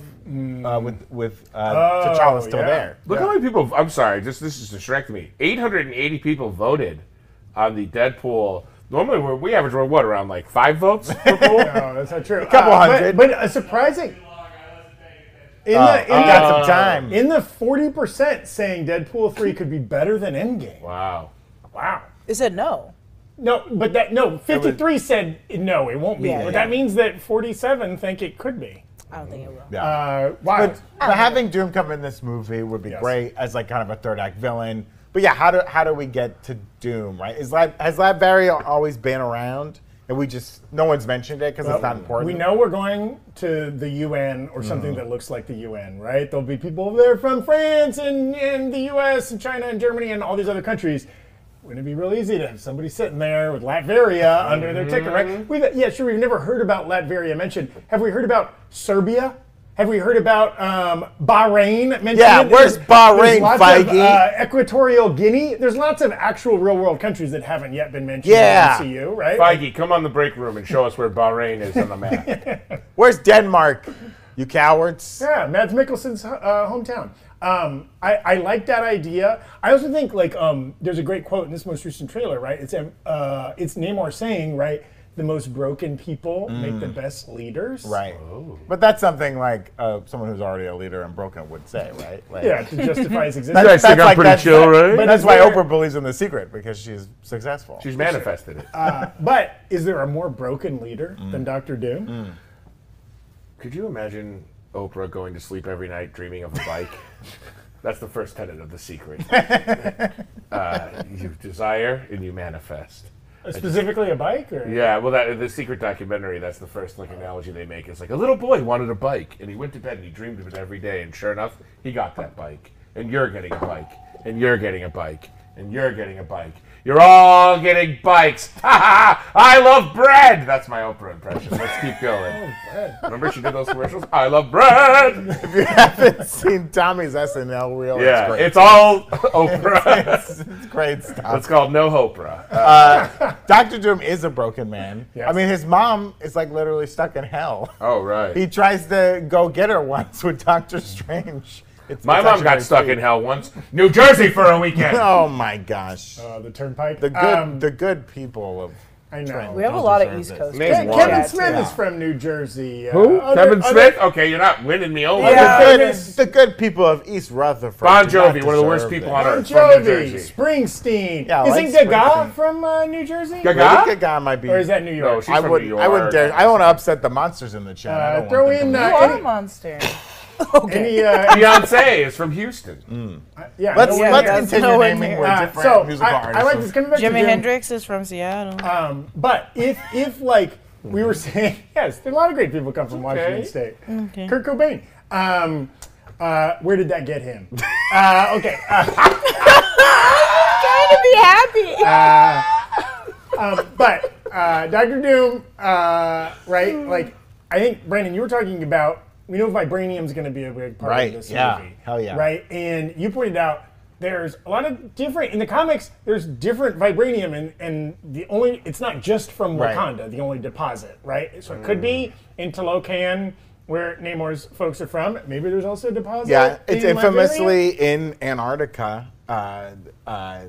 Speaker 4: uh, with with uh,
Speaker 1: Hmm. Oh,
Speaker 4: T'Challa still
Speaker 1: yeah.
Speaker 4: there.
Speaker 2: Look how many people. I'm sorry, just this is distracting me. 880 people voted on the Deadpool. Normally, we're, we average we're what around like five votes per pool.
Speaker 1: No, that's not true. a
Speaker 4: couple
Speaker 1: but-
Speaker 4: hundred.
Speaker 1: but, a surprising. In the in
Speaker 4: you got
Speaker 1: the
Speaker 4: some time.
Speaker 1: in the forty percent saying Deadpool three could be better than Endgame.
Speaker 2: Wow.
Speaker 1: Wow.
Speaker 3: It said no.
Speaker 1: No, but that no. Fifty three said no, it won't be.
Speaker 3: Yeah,
Speaker 1: but
Speaker 3: yeah.
Speaker 1: that means that forty seven think it could be.
Speaker 3: I don't think it will.
Speaker 4: yeah.
Speaker 1: Uh, wow.
Speaker 4: But, but having Doom come in this movie would be
Speaker 1: Yes.
Speaker 4: great as like kind of a third act villain. But yeah, how do how do we get to Doom? Right? Is Lab, has Labberry always been around? And we just no one's mentioned it because it's not important. Mm-hmm.
Speaker 1: We know we're going to the UN or something that looks like the UN, right? There'll be people over there from France and, and the US and China and Germany and all these other countries. Wouldn't it be real easy to have somebody sitting there with Latveria under their ticket,
Speaker 4: Mm-hmm.
Speaker 1: right? We've, yeah, sure, we've never heard about Latveria mentioned. Have we heard about Serbia? Have we heard about um, Bahrain mentioned?
Speaker 4: Yeah, where's Bahrain,
Speaker 1: lots of,
Speaker 4: Feige?
Speaker 1: uh, Equatorial Guinea. There's lots of actual real world countries that haven't yet been mentioned
Speaker 4: Yeah.
Speaker 1: in the MCU, right?
Speaker 2: Feige, come on the break room and show us where Bahrain is on the map.
Speaker 4: Where's Denmark? You cowards.
Speaker 1: Yeah, Mads Mikkelsen's uh, hometown. Um, I, I like that idea. I also think like um, there's a great quote in this most recent trailer, right? It's um, uh, it's Namor saying, right, the most broken people make the best leaders.
Speaker 4: Right.
Speaker 2: Oh.
Speaker 4: But that's something like uh, someone who's already a leader and broken would say, right? Like,
Speaker 1: Yeah, to justify his
Speaker 2: You guys
Speaker 1: existence.
Speaker 2: think I'm
Speaker 4: like-
Speaker 2: pretty
Speaker 4: that's-
Speaker 2: chill, right?
Speaker 1: but-
Speaker 4: That's why
Speaker 1: Where-
Speaker 4: Oprah believes in the secret because she's successful.
Speaker 2: She's manifested it.
Speaker 1: Uh, but is there a more broken leader than Doctor Doom?
Speaker 2: Could you imagine Oprah going to sleep every night dreaming of a bike? That's the first tenet of The Secret. uh, you desire and you manifest.
Speaker 1: Uh, Specifically, a bike? Or?
Speaker 2: Yeah, well, that the secret documentary. That's the first like analogy they make. It's like a little boy wanted a bike, and he went to bed and he dreamed of it every day, and sure enough, he got that bike. And you're getting a bike, and you're getting a bike, and you're getting a bike. You're all getting bikes. Ha ha! ha! I love bread. That's my Oprah impression. Let's keep
Speaker 4: Oh,
Speaker 2: going. Remember she did those commercials? I love bread.
Speaker 4: haven't seen Tommy's SNL reel.
Speaker 2: Yeah,
Speaker 4: it's
Speaker 2: it's all Oprah.
Speaker 4: great. It's great stuff.
Speaker 2: It's called No Oprah. Uh,
Speaker 4: Doctor Doom is a broken man.
Speaker 1: Yes.
Speaker 4: I mean, his mom is like literally stuck in hell.
Speaker 2: oh right.
Speaker 4: He tries to go get her once with Doctor Strange. It's,
Speaker 2: my
Speaker 4: it's
Speaker 2: mom
Speaker 4: actually
Speaker 2: got
Speaker 4: very
Speaker 2: stuck
Speaker 4: sweet.
Speaker 2: in hell once. New Jersey for a weekend.
Speaker 4: Oh my gosh.
Speaker 1: Uh, the turnpike. Um,
Speaker 4: The good, the good people of.
Speaker 1: I know.
Speaker 3: We have a
Speaker 4: Those
Speaker 3: lot
Speaker 4: deserve
Speaker 3: of East
Speaker 4: this.
Speaker 3: Coast.
Speaker 2: Name
Speaker 3: people.
Speaker 2: one.
Speaker 1: Kevin
Speaker 3: Yeah,
Speaker 1: Smith
Speaker 3: too.
Speaker 1: is from New Jersey.
Speaker 2: Who?
Speaker 1: Uh, other-
Speaker 2: Kevin
Speaker 1: other-
Speaker 2: Smith? Okay, you're not winning me over.
Speaker 3: Yeah.
Speaker 4: The good, the good people of East Rutherford.
Speaker 2: Bon
Speaker 4: do not
Speaker 2: Jovi, one of the worst
Speaker 4: deserve
Speaker 2: people
Speaker 4: this.
Speaker 2: on
Speaker 1: Bon
Speaker 2: earth from New
Speaker 1: Jovi,
Speaker 2: Jersey.
Speaker 1: Springsteen.
Speaker 4: Yeah, I
Speaker 1: Isn't
Speaker 4: like
Speaker 1: Gaga
Speaker 4: Springsteen.
Speaker 1: from uh, New Jersey?
Speaker 2: Gaga?
Speaker 4: Lady Gaga might be.
Speaker 1: Or is that New York?
Speaker 2: No, she's
Speaker 4: I
Speaker 2: from
Speaker 4: would.
Speaker 2: New York.
Speaker 4: I wouldn't dare. I don't want to upset the monsters in the chat. I
Speaker 1: Uh,
Speaker 4: don't
Speaker 1: throw
Speaker 4: want them
Speaker 1: in
Speaker 4: to
Speaker 1: uh,
Speaker 4: lose.
Speaker 3: You are
Speaker 1: any-
Speaker 3: a monster.
Speaker 1: Any, uh,
Speaker 2: Beyonce is from Houston.
Speaker 1: yeah,
Speaker 4: Let's
Speaker 1: no,
Speaker 3: Yeah,
Speaker 4: let's
Speaker 3: that's
Speaker 4: continue
Speaker 3: nowhere
Speaker 4: naming
Speaker 3: near.
Speaker 4: where
Speaker 1: uh,
Speaker 4: different
Speaker 1: so
Speaker 4: musical
Speaker 1: I,
Speaker 4: artists.
Speaker 1: I like this coming back to
Speaker 3: Jimi
Speaker 1: Doom,
Speaker 3: Hendrix is from Seattle.
Speaker 1: Um, but if if like we were saying, yes, there are a lot of great people come from Washington
Speaker 2: Okay.
Speaker 1: State. Kurt Cobain. Um, uh, where did that get him? uh, okay. uh,
Speaker 3: trying to be happy.
Speaker 1: but uh, Doctor Doom, uh, right? Like, I think Brandon, you were talking about we know Vibranium's going to be a big part
Speaker 4: Right,
Speaker 1: of this
Speaker 4: yeah.
Speaker 1: movie.
Speaker 4: Hell yeah.
Speaker 1: Right, and you pointed out there's a lot of different in the comics. There's different Vibranium, and and the only it's not just from
Speaker 4: Right. Mm.
Speaker 1: Wakanda, the only deposit, right? So it could be in Talokan. Where Namor's folks are from, maybe there's also a deposit.
Speaker 4: Yeah, it's
Speaker 1: in Vibranium.
Speaker 4: infamously in Antarctica, uh, uh,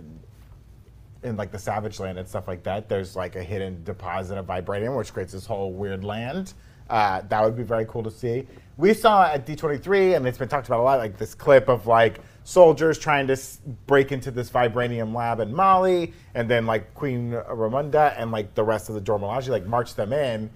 Speaker 4: in like the Savage Land and stuff like that. There's like a hidden deposit of vibranium, which creates this whole weird land. Uh, that would be very cool to see. We saw at D23, and it's been talked about a lot, like this clip of like soldiers trying to s- break into this vibranium lab in Mali, and then like Queen Ramunda and like the rest of the Dormilaje like march them in.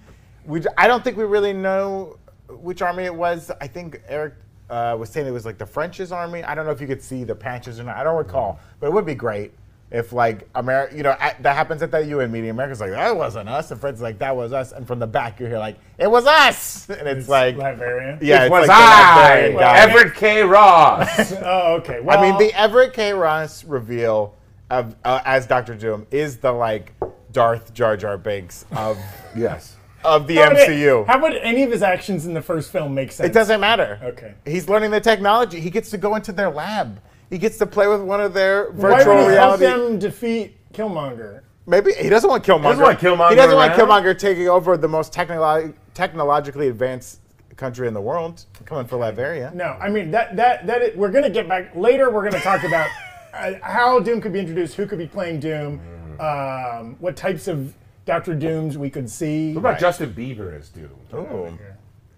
Speaker 4: We, d- I don't think we really know which army it was. I think Eric uh, was saying it was like the French's army. I don't know if you could see the patches or not. I don't recall, but it would be great if like America, you know, at, that happens at that UN meeting. America's like, that wasn't us, and France is like, that was us, and from the back you hear like, it was us, and it's, like,
Speaker 1: Liberian.
Speaker 4: yeah,
Speaker 2: It
Speaker 4: it's
Speaker 2: was
Speaker 4: like the
Speaker 2: I,
Speaker 4: Liberian guy.
Speaker 2: Everett K. Ross.
Speaker 1: Oh, okay. Well,
Speaker 4: I mean, the Everett K. Ross reveal of uh, as Doctor Doom is the like Darth Jar Jar Binks of
Speaker 5: Yes.
Speaker 4: of the
Speaker 1: how would it-
Speaker 4: MCU.
Speaker 1: how would any of his actions in the first film make sense?
Speaker 4: It doesn't matter.
Speaker 1: Okay.
Speaker 4: He's learning the technology. He gets to go into their lab. He gets to play with one of their
Speaker 1: Why
Speaker 4: virtual
Speaker 1: would he help
Speaker 4: reality.
Speaker 1: them defeat Killmonger?
Speaker 4: Maybe he doesn't want Killmonger. He
Speaker 2: want Killmonger
Speaker 4: He doesn't want
Speaker 2: around.
Speaker 4: Killmonger taking over the most technolo- technologically advanced country in the world, coming for Liberia.
Speaker 1: No, I mean that that that it, we're gonna get back later. We're gonna talk about uh, how Doom could be introduced, who could be playing Doom, um, what types of Doctor Dooms we could see.
Speaker 2: What about Justin Bieber as Doom? Oh,
Speaker 4: Ooh.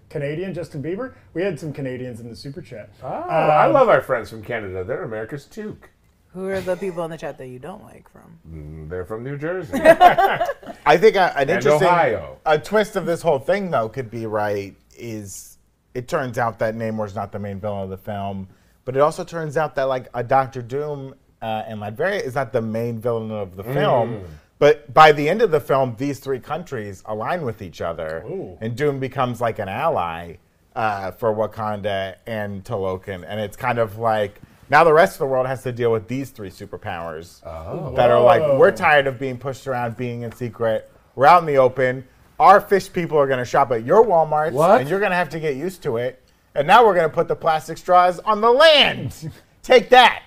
Speaker 1: Canadian Justin Bieber. We had some Canadians in the super chat.
Speaker 2: Oh, I love our friends from Canada. They're America's Duke.
Speaker 3: Who are the people in the chat that you don't like from?
Speaker 2: They're from New Jersey.
Speaker 4: I think a, an interesting
Speaker 2: Ohio.
Speaker 4: a twist of this whole thing though could be right is it turns out that Namor's not the main villain of the film, but it also turns out that like a Doctor Doom uh, and Latveria is not the main villain of the film. But by the end of the film, these three countries align with each other, and Doom becomes like an ally uh, for Wakanda and Tolokan, and it's kind of like. Now the rest of the world has to deal with these three superpowers that are like we're tired of being pushed around, being in secret. We're out in the open. Our fish people are going to shop at your Walmarts,
Speaker 2: What?
Speaker 4: and you're going to have to get used to it. And now we're going to put the plastic straws on the land. Take that.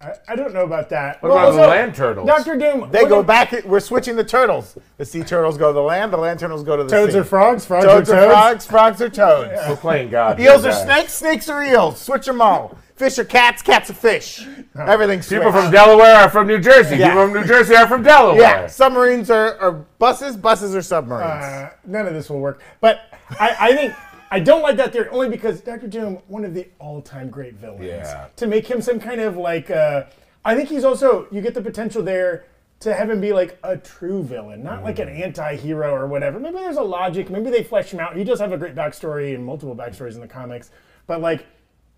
Speaker 1: I, I don't know about that. What
Speaker 2: about the land turtles?
Speaker 1: Doctor Doom.
Speaker 4: They
Speaker 1: what
Speaker 4: go
Speaker 1: if-
Speaker 4: back. We're switching the turtles. The sea turtles go to the land. The land turtles go to the
Speaker 1: Toads
Speaker 4: sea.
Speaker 1: are frogs. Frogs
Speaker 4: Toads
Speaker 1: are
Speaker 4: are
Speaker 1: toads.
Speaker 4: frogs. Frogs are toads.
Speaker 2: We're playing God.
Speaker 4: Eels
Speaker 2: here,
Speaker 4: are
Speaker 2: guys.
Speaker 4: snakes. Snakes are eels. Switch them all. Fish are cats. Cats are fish. Everything's
Speaker 2: People
Speaker 4: switched.
Speaker 2: from Delaware are from New Jersey.
Speaker 4: Yeah.
Speaker 2: People from New Jersey are from Delaware.
Speaker 4: Yeah, submarines are, are buses. Buses are submarines.
Speaker 1: Uh, none of this will work. But I, I think I don't like that theory only because Doctor Doom, one of the all-time great villains.
Speaker 2: Yeah.
Speaker 1: To make him some kind of like, uh, I think he's also you get the potential there to have him be like a true villain, not like
Speaker 2: Mm.
Speaker 1: an anti-hero or whatever. Maybe there's a logic. Maybe they flesh him out. He does have a great backstory and multiple backstories in the comics, but like.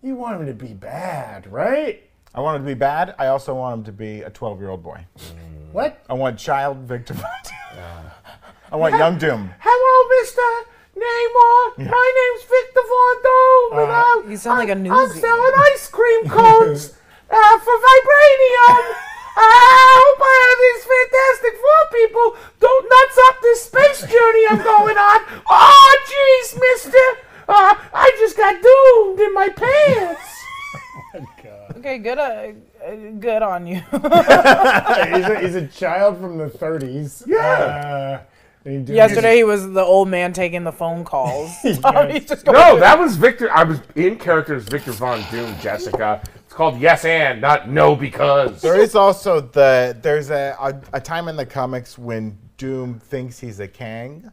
Speaker 1: You want him to be bad, right?
Speaker 4: I want him to be bad. I also want him to be a 12 year old boy.
Speaker 1: What?
Speaker 2: Oh.
Speaker 4: I want child victim. I want young Doom.
Speaker 2: Hello, Mister Namor. My name's Victor Von
Speaker 4: Uh-huh.
Speaker 2: Doom, and I'm,
Speaker 3: You sound like a
Speaker 2: I'm-
Speaker 3: newsie.
Speaker 2: I'm selling ice cream cones uh, for vibranium. I hope I have these fantastic four people don't nuts up this space journey I'm going on. Oh, jeez, Mister. Uh, I just got doomed in my pants.
Speaker 3: Okay, good. Uh, uh, good on you.
Speaker 1: he's, a, he's a child from the 30s.
Speaker 2: Yeah.
Speaker 1: Uh, and he did-
Speaker 3: Yesterday he was the old man taking the phone calls. He's just going-
Speaker 2: No, that was Victor. I was in character as Victor Von Doom, Jessica. It's called Yes and, not No Because.
Speaker 4: There is also the there's a, a a time in the comics when Doom thinks he's a Kang,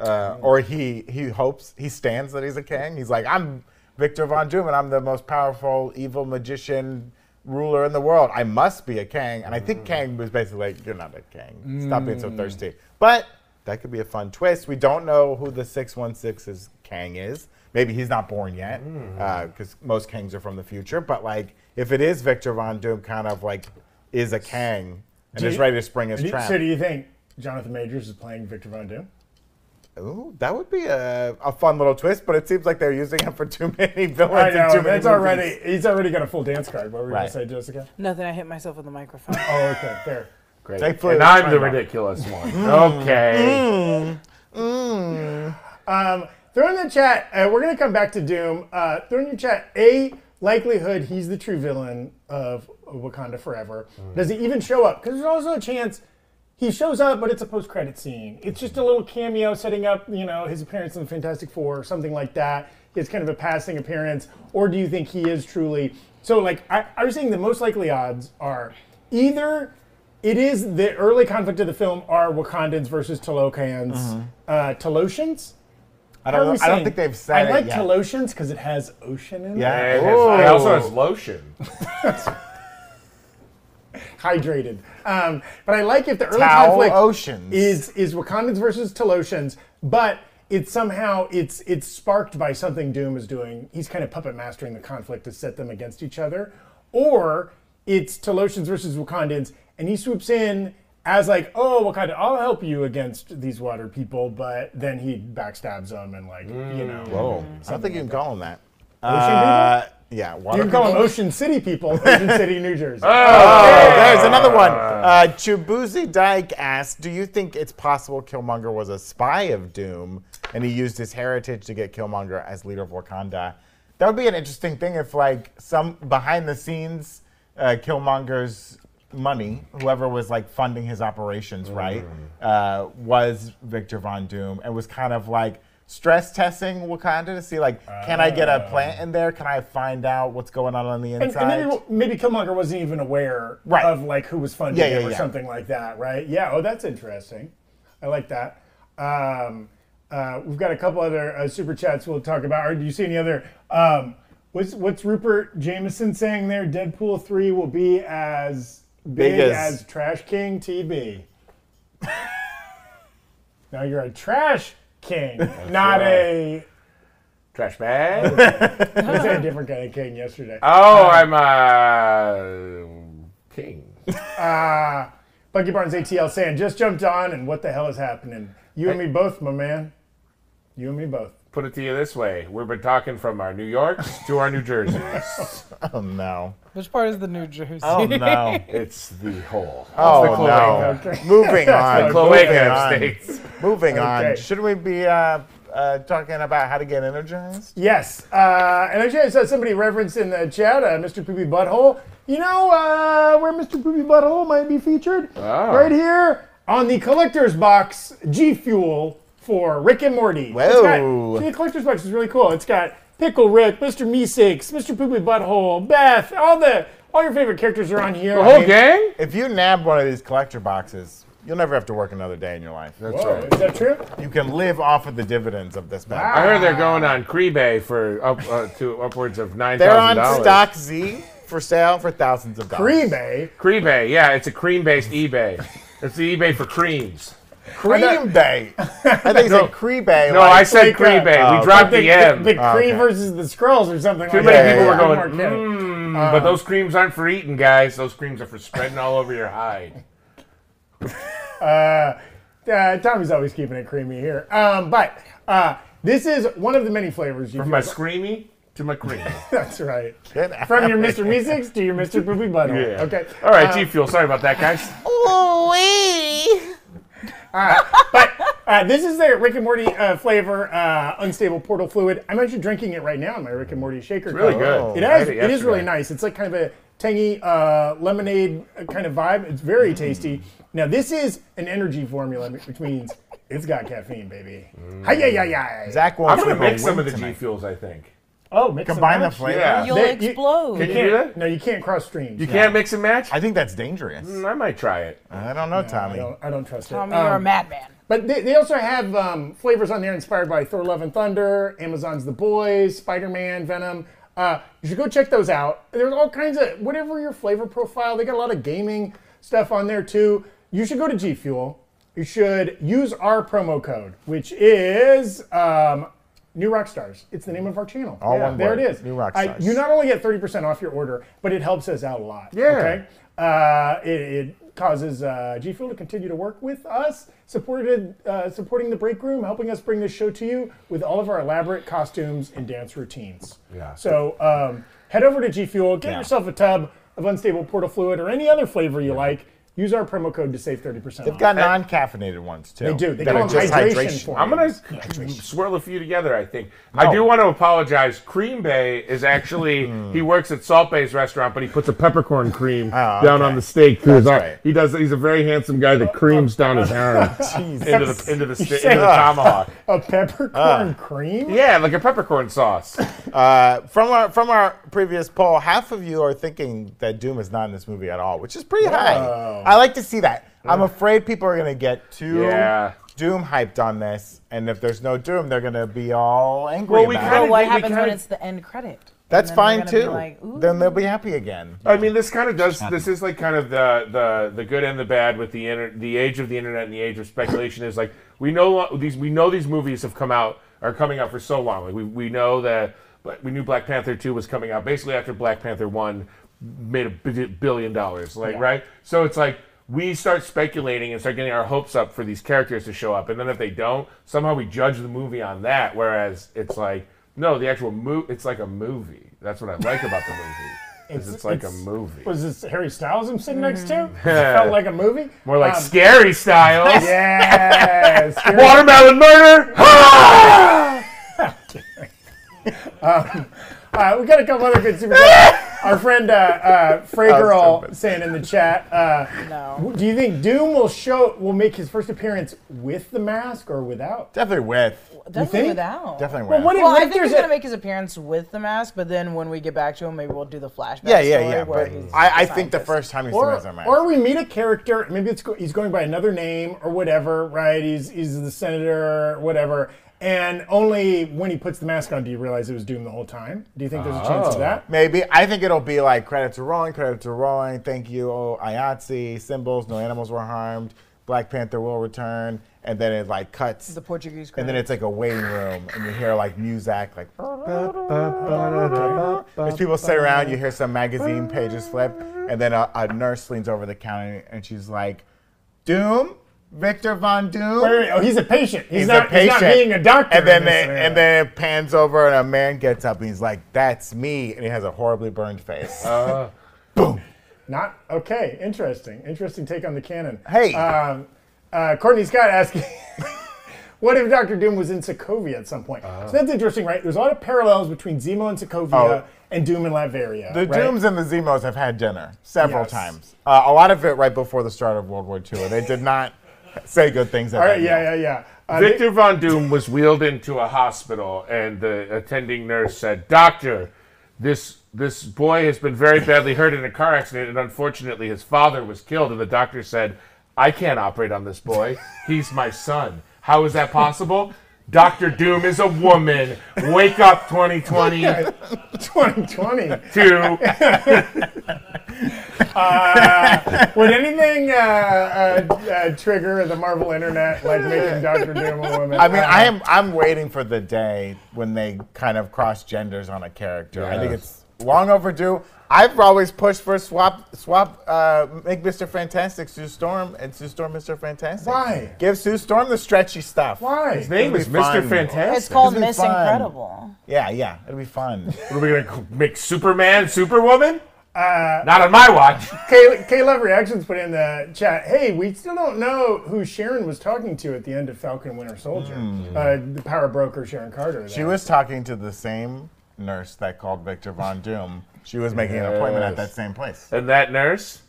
Speaker 4: uh, or he he hopes he stands that he's a Kang. He's like I'm Victor Von Doom and I'm the most powerful evil magician ruler in the world. I must be a Kang, and I think Kang was basically like you're not a Kang. Stop being so thirsty. But that could be a fun twist. We don't know who the six one six is Kang is. Maybe he's not born yet,
Speaker 1: Hmm.
Speaker 4: because most Kangs are from the future. But like, if it is Victor Von Doom, kind of like is a Kang and
Speaker 1: Do
Speaker 4: is
Speaker 1: you-
Speaker 4: ready to spring his
Speaker 1: Do you-
Speaker 4: trap.
Speaker 1: So do you think Jonathan Majors is playing Victor Von Doom?
Speaker 4: Ooh, that would be a, a fun little twist. But it seems like they're using him for too many villains.
Speaker 1: I know.
Speaker 4: and too many
Speaker 1: That's
Speaker 4: movies.
Speaker 1: already. He's already got a full dance card. What were you
Speaker 4: Right.
Speaker 1: gonna say, Jessica?
Speaker 3: Nothing. I hit myself with the microphone.
Speaker 1: Oh, okay. There.
Speaker 2: Great.
Speaker 4: They flew
Speaker 2: And
Speaker 4: the
Speaker 2: I'm the
Speaker 4: timeline.
Speaker 2: ridiculous one. Okay.
Speaker 1: Um, Throw in the chat. Uh, we're gonna come back to Doom. Uh, throw in your chat a likelihood he's the true villain of Wakanda Forever. Does he even show up? Because there's also a chance he shows up, but it's a post-credit scene. It's just a little cameo setting up, you know, his appearance in the Fantastic Four or something like that. It's kind of a passing appearance, or do you think he is truly? So, like, I, I was saying, the most likely odds are either it is the early conflict of the film are Wakandans versus Talokans, uh, Talotians.
Speaker 4: I
Speaker 1: How are we
Speaker 4: don't. I
Speaker 1: saying?
Speaker 4: don't think they've said
Speaker 1: I like
Speaker 4: it yet.
Speaker 1: Talotians because it has ocean in it.
Speaker 4: Yeah.
Speaker 2: And it, has, it
Speaker 4: Ooh.
Speaker 2: also has lotion.
Speaker 1: Hydrated. Um, but I like if the early
Speaker 4: Tao
Speaker 1: conflict
Speaker 4: Oceans.
Speaker 1: is is Wakandans versus Talotians, but it's somehow it's it's sparked by something Doom is doing. He's kind of puppet mastering the conflict to set them against each other, or it's Talotians versus Wakandans, and he swoops in as like, oh Wakanda, I'll help you against these water people, but then he backstabs them and like you know.
Speaker 4: Oh,
Speaker 1: Mm-hmm.
Speaker 4: I don't think you can call them that.
Speaker 1: Ocean
Speaker 4: Uh, yeah, water.
Speaker 1: You can call them
Speaker 4: people.
Speaker 1: Ocean City people, Ocean City, New Jersey.
Speaker 4: Oh, there's another one. Uh, Chubuzi Dyke asked, "Do you think it's possible Killmonger was a spy of Doom, and he used his heritage to get Killmonger as leader of Wakanda?" That would be an interesting thing if, like, some behind the scenes, uh, Killmonger's money, whoever was like funding his operations,
Speaker 1: Mm-hmm.
Speaker 4: right, uh, was Victor Von Doom, and was kind of like stress testing Wakanda to see, like, can I get a plant in there? Can I find out what's going on on the
Speaker 1: Ah. And,
Speaker 4: inside?
Speaker 1: and maybe, maybe Killmonger wasn't even aware
Speaker 4: Right.
Speaker 1: of like who was funding
Speaker 4: Yeah,
Speaker 1: him
Speaker 4: yeah,
Speaker 1: or
Speaker 4: yeah.
Speaker 1: something like that, right? Yeah. Oh, that's interesting. I like that. Um, uh, we've got a couple other uh, super chats we'll talk about. Or do you see any other? Um, what's what's Rupert Jameson saying there? Deadpool three will be as big,
Speaker 4: Big as-
Speaker 1: as Trash King TB. now you're a trash king, not a.
Speaker 2: Trash bag.
Speaker 1: I said a different kind of king yesterday.
Speaker 2: Oh, I'm uh, king.
Speaker 1: Bucky Barnes ATL saying, just jumped on and what the hell is happening? You and me both, my man. You and me both.
Speaker 2: Put it to you this way: we've been talking from our New Yorks to our New Jerseys.
Speaker 4: oh no.
Speaker 3: Which part is the New Jersey?
Speaker 4: Oh no.
Speaker 2: it's the whole.
Speaker 4: Oh
Speaker 2: it's the cloaca.
Speaker 4: no. Moving on. Moving
Speaker 2: Cloaca of
Speaker 4: on.
Speaker 2: states.
Speaker 4: Moving on.
Speaker 1: Okay.
Speaker 4: Should we be uh, uh, talking about how to get energized?
Speaker 1: Yes. Uh, and actually, I saw somebody reference in the chat uh, Mr. Poopy Butthole. You know uh, where Mr. Poopy Butthole might be featured?
Speaker 2: Oh.
Speaker 1: Right here on the collector's box G Fuel for Rick and Morty. It's got-
Speaker 4: Whoa.
Speaker 1: see, the collector's box is really cool. It's got Pickle Rick, Mr. Meeseeks, Mr. Poopy Butthole, Beth, all the all your favorite characters are on here.
Speaker 2: The whole gang.
Speaker 4: If you nab one of these collector boxes, you'll never have to work another day in your life.
Speaker 2: That's
Speaker 1: Whoa,
Speaker 2: right.
Speaker 1: oh, is that true?
Speaker 4: You can live off of the dividends of this bag.
Speaker 2: I heard they're going on Crebay for up uh, to upwards of nine
Speaker 4: They're
Speaker 2: thousand
Speaker 4: on
Speaker 2: dollars.
Speaker 4: Stock Z for sale for thousands of dollars.
Speaker 1: Green Bay.
Speaker 2: Crebay, yeah, it's a cream-based eBay. It's the eBay for creams.
Speaker 4: Cream Bay. I think it's
Speaker 2: No.
Speaker 4: a Cree Bay.
Speaker 2: No, I
Speaker 4: like-
Speaker 2: said
Speaker 1: like, uh,
Speaker 2: Crebay.
Speaker 4: oh,
Speaker 2: we dropped
Speaker 1: the,
Speaker 2: the M,
Speaker 1: the, the
Speaker 4: Oh,
Speaker 1: Kree
Speaker 4: okay.
Speaker 1: versus the Skrulls or something like
Speaker 2: many
Speaker 1: that.
Speaker 2: people
Speaker 4: were
Speaker 2: going, "Hmm."
Speaker 1: Mark Kennedy.
Speaker 2: but those creams aren't for eating, guys. Those creams are for spreading all over your hide. mm.
Speaker 1: Uh, Tommy's always keeping it creamy here. Um, but uh, this is one of the many flavors you
Speaker 2: From
Speaker 1: can.
Speaker 2: my screamy to my cream.
Speaker 1: That's right.
Speaker 4: Get out.
Speaker 1: From your Mr. Meeseeks to your Mr. Poopy Butthole.
Speaker 2: Yeah.
Speaker 1: Okay.
Speaker 2: All right, G Fuel. Sorry about that, guys.
Speaker 3: Oh,
Speaker 1: Uh, this is their Rick and Morty uh, flavor, uh, unstable portal fluid. I'm actually drinking it right now in my Rick and Morty shaker.
Speaker 2: Really
Speaker 1: cup.
Speaker 2: good.
Speaker 1: It
Speaker 2: I
Speaker 1: has.
Speaker 2: had
Speaker 1: It is really
Speaker 2: yesterday.
Speaker 1: nice. It's like kind of a tangy uh, lemonade uh, kind of vibe. It's
Speaker 2: Mm.
Speaker 1: very tasty. Now this is an energy formula, which means it's got caffeine, baby.
Speaker 2: Mm.
Speaker 1: Hi yeah yeah yeah.
Speaker 4: Zach
Speaker 2: I'm
Speaker 4: wants
Speaker 2: gonna
Speaker 4: to go
Speaker 2: mix some
Speaker 4: win
Speaker 2: of the G
Speaker 4: tonight.
Speaker 2: Fuels. I think.
Speaker 1: Oh, mix and
Speaker 4: Combine the
Speaker 1: match?
Speaker 4: flavor.
Speaker 2: Yeah.
Speaker 5: You'll
Speaker 1: They- you-
Speaker 5: explode.
Speaker 2: Can you
Speaker 1: Can't-
Speaker 2: do that?
Speaker 1: No, you can't cross streams.
Speaker 2: You can't mix and match. Mm,
Speaker 4: I think that's dangerous.
Speaker 2: I might try it.
Speaker 4: I don't know,
Speaker 1: I
Speaker 4: Tommy.
Speaker 1: don't, I don't trust it.
Speaker 5: Tommy,
Speaker 1: Um,
Speaker 5: you're a madman.
Speaker 1: But they, they also have um, flavors on there inspired by Thor: Love and Thunder, Amazon's The Boys, Spider-Man, Venom. Uh, you should go check those out. There's all kinds of whatever your flavor profile. They got a lot of gaming stuff on there too. You should go to G Fuel. You should use our promo code, which is um, New Rockstars. It's the name of our channel.
Speaker 4: All one
Speaker 1: there
Speaker 4: word,
Speaker 1: it is.
Speaker 4: New
Speaker 1: I-
Speaker 4: Rockstars.
Speaker 1: you not only get 30% off your order, but it helps us out a lot.
Speaker 2: Yeah.
Speaker 1: Okay. Uh, it, it causes uh, G Fuel to continue to work with us, supported, uh, supporting the break room, helping us bring this show to you with all of our elaborate costumes and dance routines.
Speaker 2: Yeah.
Speaker 1: So um, head over to G Fuel, get
Speaker 4: Yeah.
Speaker 1: yourself a tub of unstable portal fluid or any other flavor you like. Use our promo code to save 30%
Speaker 4: They've
Speaker 1: off.
Speaker 4: got non-caffeinated ones too.
Speaker 1: They do. They
Speaker 4: that
Speaker 1: call
Speaker 4: are
Speaker 1: them
Speaker 4: just
Speaker 1: hydration, forms.
Speaker 2: I'm gonna
Speaker 1: Hydration.
Speaker 2: swirl a few together. I think I do want to apologize. Cream Bay is actually he works at Salt Bay's restaurant, but he puts a peppercorn cream down on the steak. That's
Speaker 4: right.
Speaker 2: He does. He's a very handsome guy that creams down his arm into the into the, sti- into the tomahawk.
Speaker 1: A peppercorn cream?
Speaker 2: Ah. Yeah, like a peppercorn sauce.
Speaker 4: Uh, from our from our previous poll, half of you are thinking that Doom is not in this movie at all, which is pretty high. I like to see that. I'm afraid people are gonna get too
Speaker 2: Yeah.
Speaker 4: Doom hyped on this, and if there's no Doom, they're gonna be all angry
Speaker 2: Well, we
Speaker 4: about
Speaker 2: kinda-
Speaker 4: it.
Speaker 3: But what
Speaker 2: we
Speaker 3: happens when
Speaker 2: kinda-
Speaker 3: it's the end credit?
Speaker 4: That's
Speaker 3: And then
Speaker 4: fine
Speaker 3: they're gonna
Speaker 4: too.
Speaker 3: be like,
Speaker 4: then
Speaker 3: "Ooh."
Speaker 4: they'll be happy again.
Speaker 2: I mean, this kind of does. This is like kind of the the the good and the bad with the inter, the age of the internet and the age of speculation is like we know these we know these movies have come out are coming out for so long. Like we we know that, but we knew Black Panther two was coming out basically after Black Panther one made a bi- billion dollars. Like right, so it's like. We start speculating and start getting our hopes up for these characters to show up, and then if they don't, somehow we judge the movie on that. Whereas it's like, no, the actual movie—it's like a movie. That's what I like about the movie. is
Speaker 1: It's-
Speaker 2: it's like a
Speaker 1: it's-
Speaker 2: movie.
Speaker 1: Was this Harry Styles I'm sitting next to? Felt like a movie?
Speaker 2: More like
Speaker 1: Um,
Speaker 2: scary styles.
Speaker 1: Yes. Harry-
Speaker 2: Watermelon murder.
Speaker 1: Uh, we got a couple other good super chats. Our friend uh, uh, Frey Girl
Speaker 4: stupid.
Speaker 1: saying in the chat, uh,
Speaker 3: No.
Speaker 1: w- do you think Doom will show will make his first appearance with the mask or without?
Speaker 4: Definitely with.
Speaker 1: think?
Speaker 3: Definitely without.
Speaker 4: Definitely with.
Speaker 1: Well, what if,
Speaker 3: Well,
Speaker 1: what
Speaker 3: I
Speaker 1: if
Speaker 3: think
Speaker 1: there's
Speaker 3: he's
Speaker 1: a,
Speaker 3: gonna make his appearance with the mask, but then when we get back to him, maybe we'll do the flashback.
Speaker 4: yeah, yeah,
Speaker 3: story
Speaker 4: yeah.
Speaker 3: where
Speaker 4: But
Speaker 3: he's
Speaker 4: I, I
Speaker 3: the
Speaker 4: think the
Speaker 3: scientist.
Speaker 4: first time he's in
Speaker 1: or,
Speaker 4: his mask.
Speaker 1: or we meet a character. Maybe it's go- he's going by another name or whatever, right? He's he's the senator, or whatever. And only when he puts the mask on do you realize it was Doom the whole time. Do you think there's a chance of
Speaker 2: Oh.
Speaker 1: that?
Speaker 4: Maybe. I think it'll be like credits are rolling, credits are rolling. Thank you, oh, IATSE. Symbols, no animals were harmed. Black Panther will return. And then it like cuts.
Speaker 3: the Portuguese.
Speaker 4: and then
Speaker 3: credit.
Speaker 4: it's like a waiting room, and you hear like music, like. There's people sit around, you hear some magazine pages flip, and then a, a nurse leans over the counter and she's like, Doom? Victor Von
Speaker 1: Wait,
Speaker 4: Doom?
Speaker 1: wait, wait. Oh, he's a patient. He's,
Speaker 4: He's
Speaker 1: not,
Speaker 4: a patient.
Speaker 1: He's not being a doctor.
Speaker 4: And then,
Speaker 1: in this
Speaker 4: it,
Speaker 1: scenario.
Speaker 4: and then it pans over, and a man gets up, and he's like, "That's me," and he has a horribly burned face.
Speaker 1: Not okay. Interesting. Interesting take on the canon.
Speaker 4: Hey.
Speaker 1: Um, uh, Courtney Scott asking, "What if Doctor Doom was in Sokovia at some point?" so that's interesting, right? There's a lot of parallels between Zemo and Sokovia
Speaker 4: Uh-huh. Oh.
Speaker 1: and Doom and Latveria.
Speaker 4: the
Speaker 1: right?
Speaker 4: Dooms and the Zemos have had dinner several
Speaker 1: Yes.
Speaker 4: times. Uh, a lot of it right before the start of World War II. and They did not say good things.
Speaker 1: All right. Yeah. Yeah. Yeah. Uh, they-
Speaker 2: Victor Von Doom was wheeled into a hospital, and the attending nurse said, "Doctor, this this boy has been very badly hurt in a car accident, and unfortunately, his father was killed." And the doctor said, "I can't operate on this boy. He's my son. How is that possible?" Doctor Doom is a woman. Wake up, 2022.
Speaker 1: 2020. Would anything uh, uh, uh, trigger the Marvel internet like making Doctor Doom a woman? Uh,
Speaker 4: I mean, I
Speaker 1: Uh-huh.
Speaker 4: am I'm waiting for the day when they kind of cross genders on a character. I think
Speaker 2: Yes.
Speaker 4: it's long overdue. I've always pushed for swap swap uh, make Mr. Fantastic Sue Storm and Sue Storm Mr. Fantastic.
Speaker 1: Why?
Speaker 4: Give Sue Storm the stretchy stuff.
Speaker 1: Why?
Speaker 2: His name is
Speaker 4: It'll be fun.
Speaker 2: Mr. Fantastic.
Speaker 3: It's called
Speaker 4: It's been
Speaker 3: Miss
Speaker 4: fun.
Speaker 3: Incredible.
Speaker 4: Yeah, yeah. It'll be fun.
Speaker 2: What, Are we gonna make Superman Superwoman?
Speaker 1: Uh,
Speaker 2: Not on my watch.
Speaker 1: Kay, Kay Love Reactions put in the chat, hey, we still don't know who Sharon was talking to at the end of Falcon and Winter Soldier. Uh, the power broker, Sharon Carter.
Speaker 4: Hmm. she was talking to the same nurse that called Victor Von Doom. She was making an appointment at
Speaker 2: Yes.
Speaker 4: that same place.
Speaker 2: And that nurse?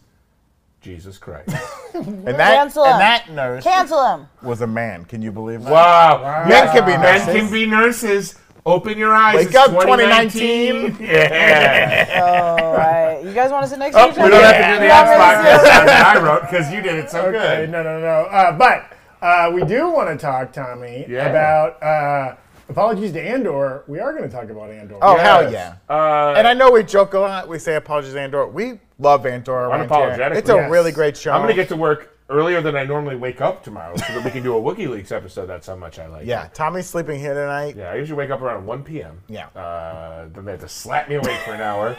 Speaker 2: Jesus Christ.
Speaker 4: And that, and
Speaker 3: Cancel him.
Speaker 4: that nurse
Speaker 3: Cancel him.
Speaker 4: was a man. Can you believe that?
Speaker 2: Wow.
Speaker 4: Men can be
Speaker 2: Men
Speaker 4: nurses.
Speaker 2: can be nurses. Open your eyes.
Speaker 4: Wake
Speaker 2: it's
Speaker 4: up,
Speaker 2: 2019. Yeah.
Speaker 3: All right, you guys want to sit next
Speaker 2: oh,
Speaker 3: to
Speaker 2: we
Speaker 3: each other?
Speaker 2: don't have to do the
Speaker 3: You want me to
Speaker 2: Xbox
Speaker 3: sit-
Speaker 2: this time that I wrote because you did it so
Speaker 1: Okay,
Speaker 2: good.
Speaker 1: no, no, no. Uh, but uh, we do want to talk, Tommy,
Speaker 2: Yeah.
Speaker 1: about uh, apologies to Andor. We are going to talk about Andor.
Speaker 4: Oh hell
Speaker 2: Yes.
Speaker 4: yeah!
Speaker 2: Uh,
Speaker 4: and I know we joke a lot. We say apologies, Andor. We love Andor. around here.
Speaker 2: Unapologetically,
Speaker 4: It's a
Speaker 1: yes.
Speaker 4: really great show.
Speaker 2: I'm going to get to work earlier than I normally wake up tomorrow so that we can do a WikiLeaks episode. That's how much I like it.
Speaker 4: Yeah, Tommy's sleeping here tonight.
Speaker 2: Yeah, I usually wake up around 1 p.m.
Speaker 4: Yeah.
Speaker 2: Uh, then they have to slap me awake for an hour,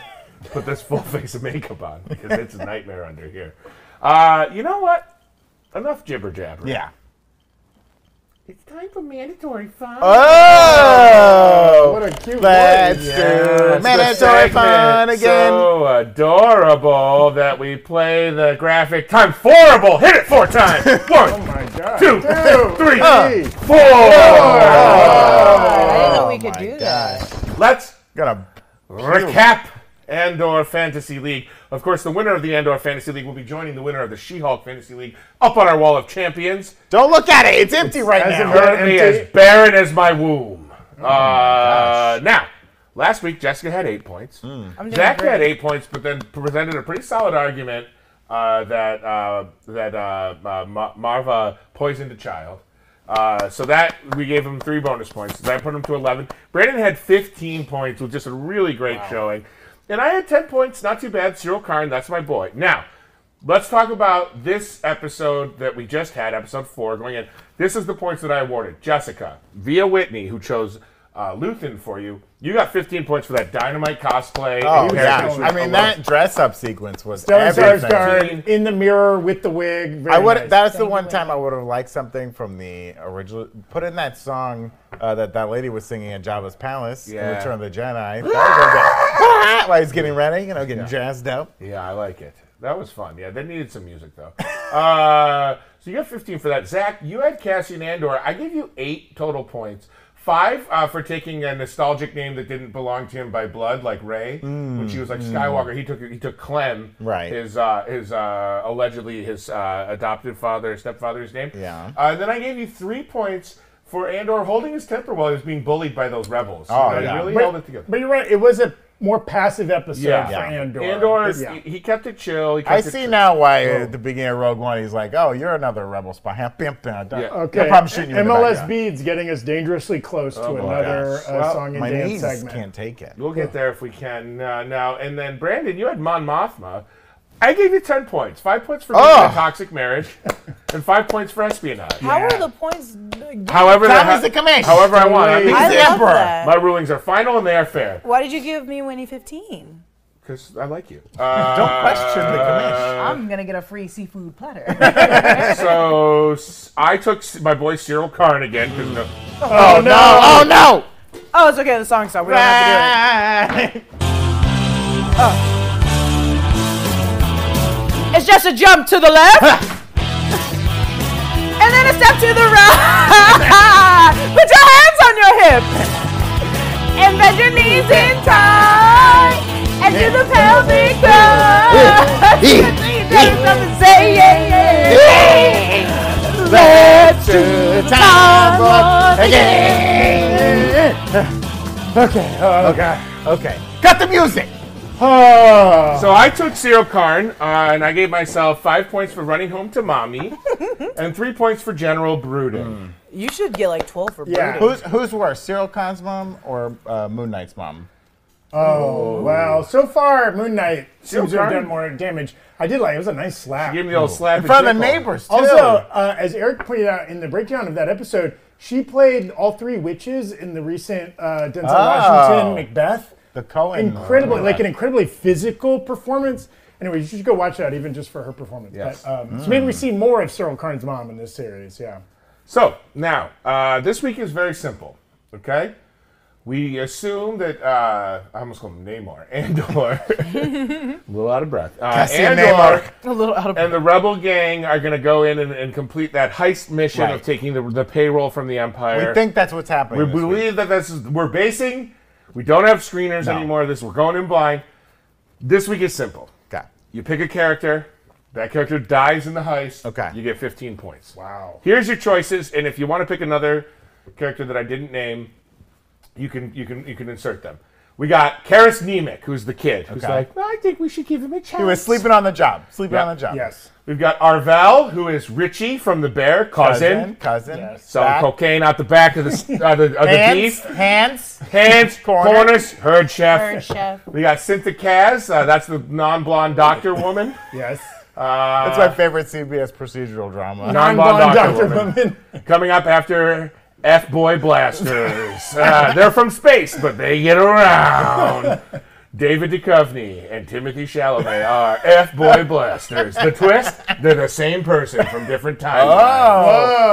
Speaker 2: put this full face of makeup on because it's a nightmare under here. Uh, you know what? Enough jibber jabber.
Speaker 4: Yeah.
Speaker 2: It's time for mandatory fun.
Speaker 4: Oh!
Speaker 1: What a cute
Speaker 4: Let's
Speaker 1: one.
Speaker 4: do
Speaker 2: Yes,
Speaker 4: mandatory
Speaker 2: the segment
Speaker 4: fun again.
Speaker 2: So adorable that we play the graphic time horrible. Hit it four times.
Speaker 1: Oh
Speaker 2: One,
Speaker 1: my god.
Speaker 2: two, three,
Speaker 1: three.
Speaker 2: four.
Speaker 3: Oh, I didn't know we could
Speaker 4: my
Speaker 3: do
Speaker 4: gosh.
Speaker 3: that.
Speaker 2: Let's
Speaker 4: Gonna
Speaker 2: recap Andor Fantasy League. Of course, the winner of the Andor Fantasy League will be joining the winner of the She-Hulk Fantasy League up on our wall of champions.
Speaker 4: don't look at it. It's empty right
Speaker 1: as
Speaker 4: now.
Speaker 1: a-
Speaker 2: currently
Speaker 1: empty.
Speaker 2: as barren as my womb. uh, now, last week Jessica had eight points. Zach
Speaker 3: great.
Speaker 2: had eight points, but then presented a pretty solid argument uh, that uh, that uh, uh, Ma- Marva poisoned a child. Uh, so that we gave him three bonus points. That put him to eleven. Brandon had fifteen points with just a really great showing, and I had ten points. Not too bad. Cyril Karn, that's my boy. Now. Let's talk about this episode that we just had, episode four, going in. This is the points that I awarded. Jessica, via Whitney, who chose uh, Luthen for you, you got 15 points for that dynamite cosplay. and
Speaker 4: Oh,
Speaker 2: character
Speaker 4: yeah.
Speaker 2: switch
Speaker 4: I mean,
Speaker 2: alone.
Speaker 4: that dress up sequence was
Speaker 1: Stellan
Speaker 4: everything.
Speaker 1: Skarsgård in the mirror with the wig. Very
Speaker 4: I would.
Speaker 1: nice.
Speaker 4: That's the one time I would have liked something from the original. Put in that song uh, that that lady was singing at Jabba's palace in
Speaker 2: Yeah.
Speaker 4: Return of the Jedi. That would've been good. While he's getting ready, you know, getting jazzed up.
Speaker 2: Yeah, I like it. That was fun. Yeah, they needed some music, though. uh, so you got 15 for that. Zach, you had Cassian Andor. I gave you eight total points. Five uh, for taking a nostalgic name that didn't belong to him by blood, like Ray, when she was like Skywalker. He took he took Clem,
Speaker 4: Mm, Right.
Speaker 2: His uh, his uh, allegedly his uh, adopted father, stepfather's name.
Speaker 4: Yeah.
Speaker 2: Uh, and then I gave you three points for Andor holding his temper while he was being bullied by those rebels.
Speaker 4: Oh,
Speaker 2: You know,
Speaker 4: yeah.
Speaker 2: He really
Speaker 1: But-
Speaker 2: held it together.
Speaker 1: But you're right. It was a more passive episode
Speaker 2: Yeah.
Speaker 1: for
Speaker 2: Yeah.
Speaker 1: Andor.
Speaker 2: Andor, is-
Speaker 1: Yeah.
Speaker 2: he, he kept it chill. He kept
Speaker 4: I
Speaker 2: it
Speaker 4: see
Speaker 2: chill.
Speaker 4: now why uh, at the beginning of Rogue One he's like, "Oh, you're another rebel spy." Yeah, bimp, bimp, dun.
Speaker 2: Yeah.
Speaker 1: Okay.
Speaker 4: No problem shooting you. in the
Speaker 1: MLS
Speaker 4: back,
Speaker 1: Beads getting us dangerously close to
Speaker 2: Oh, my
Speaker 1: another
Speaker 2: gosh.
Speaker 1: uh,
Speaker 2: Well,
Speaker 1: song
Speaker 4: yeah.
Speaker 1: and
Speaker 4: My
Speaker 1: dance
Speaker 4: knees
Speaker 1: segment.
Speaker 4: can't take it.
Speaker 2: We'll get there if we can uh, now. And then Brandon, you had Mon Mothma. I gave you ten points, five points for
Speaker 4: Oh.
Speaker 2: making a toxic marriage, and five points for espionage.
Speaker 3: How are the points?
Speaker 2: However,
Speaker 4: That
Speaker 2: ha-
Speaker 4: was the command.
Speaker 2: However, I want. I
Speaker 1: Please.
Speaker 2: think
Speaker 3: I
Speaker 4: the
Speaker 3: love
Speaker 4: emperor.
Speaker 3: that.
Speaker 2: my rulings are final and they are fair
Speaker 3: Why did you give me Winnie 15?
Speaker 2: because I like you. Uh,
Speaker 4: Don't question the commish.
Speaker 3: I'm gonna get a free seafood platter.
Speaker 2: so s- I took s- my boy Cyril Karn again because no,
Speaker 1: Oh, no!
Speaker 4: Oh no!
Speaker 3: oh, it's okay. The song's stopped. We don't have to do it. It's just a jump to the left, and then a step to the right. Put your hands on your hips, and bend your knees in tight, and do the pelvic thrust. You can see that it's up and say yeah, yeah, yeah.
Speaker 4: Let's do the time once again.
Speaker 1: Okay. Oh, okay.
Speaker 4: Okay, uh, cut the music.
Speaker 1: Oh.
Speaker 2: So I took Cyril Karn, uh, and I gave myself five points for running home to mommy, and three points for general brooding.
Speaker 3: You should get like 12 for
Speaker 1: Yeah.
Speaker 3: brooding.
Speaker 4: Who's who's worse, Cyril Khan's mom or uh, Moon Knight's mom?
Speaker 1: oh, wow. So far, Moon Knight
Speaker 2: Still
Speaker 1: seems to have
Speaker 2: current.
Speaker 1: done more damage. I did like it was a nice slap.
Speaker 2: Give me the old slap
Speaker 4: In front of
Speaker 2: and
Speaker 4: the
Speaker 2: tickle.
Speaker 4: neighbors too.
Speaker 1: Also, uh, as Eric pointed out in the breakdown of that episode, she played all three witches in the recent uh, Denzel
Speaker 2: Ah.
Speaker 1: Washington Macbeth.
Speaker 4: the Cohen.
Speaker 1: Incredibly,
Speaker 4: uh,
Speaker 1: like an incredibly physical performance. Anyway, you should go watch that even just for her performance.
Speaker 2: Yes. Mm.
Speaker 1: But, um, So maybe we see more of Cyril Karn's mom in this series. Yeah.
Speaker 2: So now, uh, this week is very simple. Okay, we assume that uh, I almost call him Namor Andor. a little out of breath. Uh,
Speaker 4: Cassian Namor.
Speaker 3: a little out of
Speaker 2: and the rebel gang are going to go in and, and complete that heist mission of
Speaker 4: Right.
Speaker 2: taking the, the payroll from the Empire.
Speaker 4: We think that's what's happening.
Speaker 2: We
Speaker 4: this week.
Speaker 2: believe that this is we're basing. We don't have screeners
Speaker 4: No.
Speaker 2: anymore. Of this we're going in blind. This week is simple.
Speaker 4: Okay.
Speaker 2: You pick a character. That character dies in the heist.
Speaker 4: Okay.
Speaker 2: You get 15 points.
Speaker 1: Wow.
Speaker 2: Here's your choices, and if you want to pick another character that I didn't name, you can you can you can insert them. We got Karis Nemec, who's the kid, who's
Speaker 4: Okay.
Speaker 2: like, well, I think we should give him a chance.
Speaker 4: He was sleeping on the job. Sleeping
Speaker 2: Yeah.
Speaker 4: on the job.
Speaker 1: Yes.
Speaker 2: We've got Arval, who is Richie from the Bear, cousin,
Speaker 4: Cousin. Cousin.
Speaker 1: Yes.
Speaker 2: selling
Speaker 4: back,
Speaker 2: cocaine out the back of the s- uh, the, of the
Speaker 4: hands.
Speaker 2: beef.
Speaker 4: Hands.
Speaker 2: Hands,
Speaker 4: Corner.
Speaker 2: corners, herd chef.
Speaker 3: Herd chef.
Speaker 2: We got Cynthia Kaz, uh, that's the non-blonde doctor woman.
Speaker 1: Yes.
Speaker 2: Uh,
Speaker 4: That's my favorite CBS procedural drama.
Speaker 2: non-blonde
Speaker 1: Blonde
Speaker 2: doctor, woman.
Speaker 1: woman.
Speaker 2: Coming up after F Boy Blasters. Uh, they're from space, but they get around. David Duchovny and Timothy Chalamet are F boy blasters. The twist: they're the same person from different timelines.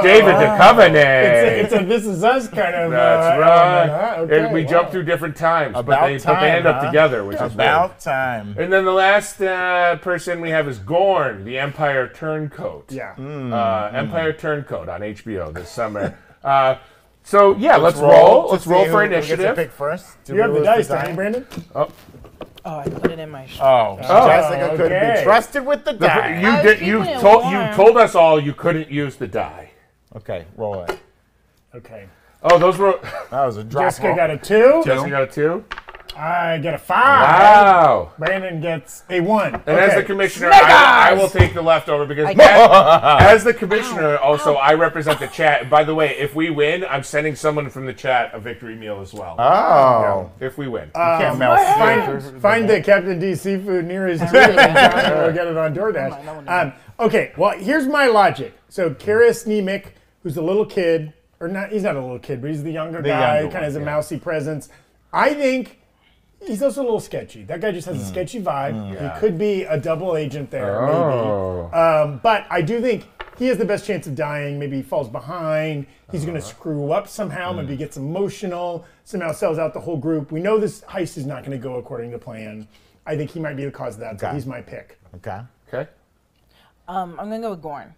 Speaker 1: Oh,
Speaker 2: David Duchovny.
Speaker 1: It's a This Is Us kind of.
Speaker 2: That's
Speaker 1: uh,
Speaker 2: right.
Speaker 1: element, huh? Okay,
Speaker 2: And we
Speaker 1: wow.
Speaker 2: jump through different times, but
Speaker 4: About
Speaker 2: they, but
Speaker 4: time,
Speaker 2: they end up
Speaker 4: huh?
Speaker 2: together, which is weird.
Speaker 4: About time.
Speaker 2: And then the last uh, person we have is Gorn, the Empire Turncoat.
Speaker 1: Yeah.
Speaker 4: Mm-hmm.
Speaker 2: Uh, Empire Turncoat on HBO this summer. uh, so yeah, let's, roll.
Speaker 4: to
Speaker 2: Let's
Speaker 4: see
Speaker 2: roll
Speaker 4: who-
Speaker 2: for
Speaker 4: who gets to
Speaker 2: initiative.
Speaker 4: pick first. Do
Speaker 1: You
Speaker 4: we
Speaker 1: have the
Speaker 4: lose
Speaker 1: dice, don't you, Brandon?
Speaker 3: Oh, I put it in my. Sh-
Speaker 4: Oh, Jessica couldn't
Speaker 1: okay.
Speaker 4: be trusted with the die.
Speaker 2: You
Speaker 3: was
Speaker 2: did, you
Speaker 3: keeping it
Speaker 2: told you
Speaker 3: warm.
Speaker 2: told us all you couldn't use the die.
Speaker 4: okay, roll it.
Speaker 1: Okay.
Speaker 2: Oh, those were.
Speaker 4: That was a drop
Speaker 1: Jessica
Speaker 4: roll.
Speaker 1: got a two.
Speaker 2: Jessica got a two.
Speaker 1: I get a five.
Speaker 2: Wow.
Speaker 1: Brandon gets a one.
Speaker 2: And as the
Speaker 1: Okay.
Speaker 2: commissioner, I, I will take the leftover because as, as the commissioner, also I represent the chat. And by the way, if we win, I'm sending someone from the chat a victory meal as well.
Speaker 4: Oh.
Speaker 2: If we win,
Speaker 4: Can't melt
Speaker 1: Find, find the Captain D seafood nearest to you and we'll get it on DoorDash. Um, okay, well, here's my logic. So, Karis Nemec, who's a little kid, or not, he's not a little kid, but he's the younger guy,
Speaker 4: younger
Speaker 1: kind of
Speaker 4: one,
Speaker 1: has a
Speaker 4: yeah.
Speaker 1: mousy presence. I think he's also a little sketchy. That guy just
Speaker 4: Mm.
Speaker 1: has a sketchy vibe. He could be a double agent there,
Speaker 4: Oh.
Speaker 1: maybe. Um, but I do think he has the best chance of dying. Maybe he falls behind. He's
Speaker 2: Uh-huh.
Speaker 1: going to screw up somehow.
Speaker 2: Hmm.
Speaker 1: Maybe he gets emotional. Somehow sells out the whole group. We know this heist is not going to go according to plan. I think he might be the cause of that. So
Speaker 4: Okay.
Speaker 1: he's my pick.
Speaker 4: Okay.
Speaker 2: okay.
Speaker 3: um, I'm gonna go with Gorn.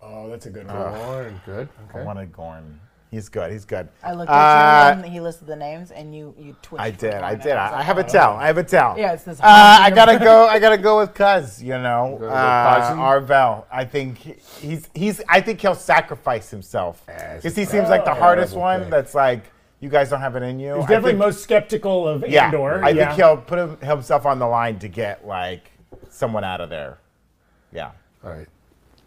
Speaker 1: Oh, that's a good one.
Speaker 2: Lauren, good.
Speaker 4: uh, I
Speaker 2: Okay.
Speaker 4: wanted Gorn. He's good. He's good.
Speaker 3: I looked
Speaker 4: Uh,
Speaker 3: at you and he listed the names, and you you twitched.
Speaker 4: I
Speaker 3: for
Speaker 4: did.
Speaker 3: Gorn,
Speaker 4: I
Speaker 3: and
Speaker 4: did.
Speaker 3: was
Speaker 4: I, I
Speaker 3: like,
Speaker 4: have a towel. I have a towel.
Speaker 3: Yeah, it's this
Speaker 4: Uh, I gotta go. I gotta go with Cuz. You know,
Speaker 2: go with
Speaker 4: uh,
Speaker 2: Cousin?
Speaker 4: Arvel. I think he- he's he's. I think he'll sacrifice himself
Speaker 2: Yes.
Speaker 4: because he seems like the
Speaker 1: Oh.
Speaker 4: hardest one.
Speaker 2: pick.
Speaker 4: That's like you guys don't have it in you.
Speaker 1: He's
Speaker 4: I
Speaker 1: definitely
Speaker 4: think-
Speaker 1: most skeptical of
Speaker 4: Yeah,
Speaker 1: Andor.
Speaker 4: I
Speaker 1: yeah.
Speaker 4: think he'll put him, himself on the line to get like someone out of there. Yeah.
Speaker 2: All right.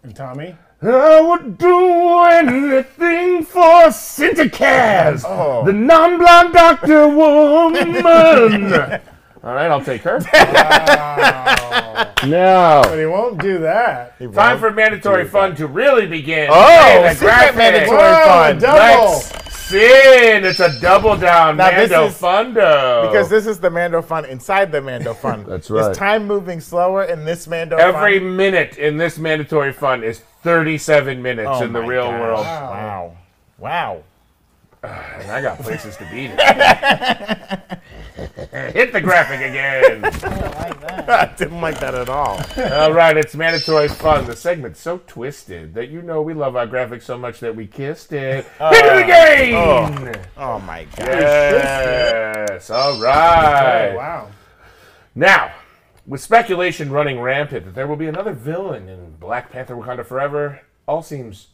Speaker 1: And Tommy.
Speaker 2: I would do anything for Cinticaz,
Speaker 4: Oh.
Speaker 2: the non-blonde doctor woman. All right, I'll take her.
Speaker 1: But
Speaker 2: No.
Speaker 1: he won't do that.
Speaker 4: He
Speaker 2: Time
Speaker 4: rolled.
Speaker 2: for mandatory fun to really begin.
Speaker 4: Oh,
Speaker 2: Hey, the
Speaker 4: secret
Speaker 2: graphic.
Speaker 4: mandatory
Speaker 1: Whoa,
Speaker 4: fun.
Speaker 1: double.
Speaker 2: Let's sin. It's a double down.
Speaker 4: Now this
Speaker 2: Mando
Speaker 4: is-
Speaker 2: Fundo.
Speaker 4: Because this is the Mando fun inside the Mando fun.
Speaker 2: That's right.
Speaker 4: Is time moving slower in this Mando
Speaker 2: every
Speaker 4: fun?
Speaker 2: minute in this mandatory fun is 37 minutes
Speaker 4: Oh
Speaker 2: in the
Speaker 4: my
Speaker 2: real
Speaker 4: gosh.
Speaker 2: world.
Speaker 4: Wow. Wow.
Speaker 2: And I got places to be. today. Hit the graphic again.
Speaker 4: I didn't like that at all.
Speaker 2: All right, it's mandatory fun. The segment's so twisted that you know we love our graphic so much that we kissed it. Into the game.
Speaker 4: Oh my gosh.
Speaker 2: Yes. All right.
Speaker 1: Oh, wow.
Speaker 2: Now, with speculation running rampant that there will be another villain in Black Panther: Wakanda Forever, all seems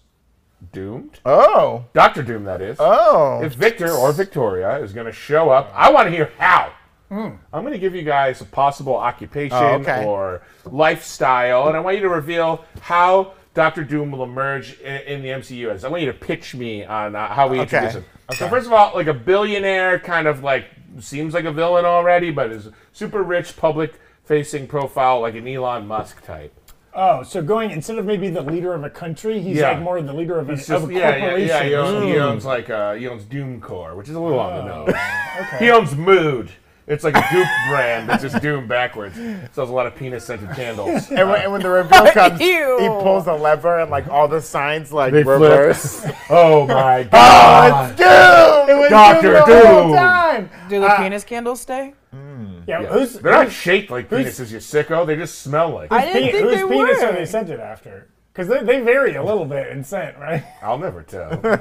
Speaker 2: doomed.
Speaker 4: Oh.
Speaker 2: Doctor Doom, that is.
Speaker 4: Oh.
Speaker 2: If Victor or Victoria is going to show up, I want to hear how. I'm going to give you guys a possible occupation
Speaker 4: Hmm. Oh, okay.
Speaker 2: or lifestyle, and I want you to reveal how Doctor Doom will emerge in, in the MCU. As I want you to pitch me on uh, how we introduce him. So first of all, like a billionaire, kind of like seems like a villain already, but is super rich, public-facing profile, like an Elon Musk type.
Speaker 1: Oh, so going instead of maybe the leader of a country, he's
Speaker 2: Yeah.
Speaker 1: like more the leader of, an,
Speaker 2: It's just-
Speaker 1: of a
Speaker 2: yeah, yeah,
Speaker 1: corporation. Hmm.
Speaker 2: yeah, He owns, he owns like uh, he owns Doom Core, which is a little on the nose.
Speaker 1: Okay.
Speaker 2: He owns Mood. It's like a goop brand that's just Doom backwards. Sells a lot of penis scented candles.
Speaker 4: And when, and when the reveal comes,
Speaker 3: Ew.
Speaker 4: he pulls a lever and like all the signs like
Speaker 2: They flip.
Speaker 4: reverse.
Speaker 2: Oh my god!
Speaker 4: It's Doom! Oh
Speaker 2: Doctor Doom.
Speaker 1: Time.
Speaker 3: Do the penis candles stay?
Speaker 1: Yeah, who's
Speaker 2: They're not shaped like penises, you sicko. They just smell like.
Speaker 3: I
Speaker 2: it.
Speaker 3: didn't think
Speaker 1: whose
Speaker 3: they
Speaker 1: penis
Speaker 3: were.
Speaker 1: are they scented after? Because they, they vary a little bit in scent, right?
Speaker 2: I'll never tell.
Speaker 3: I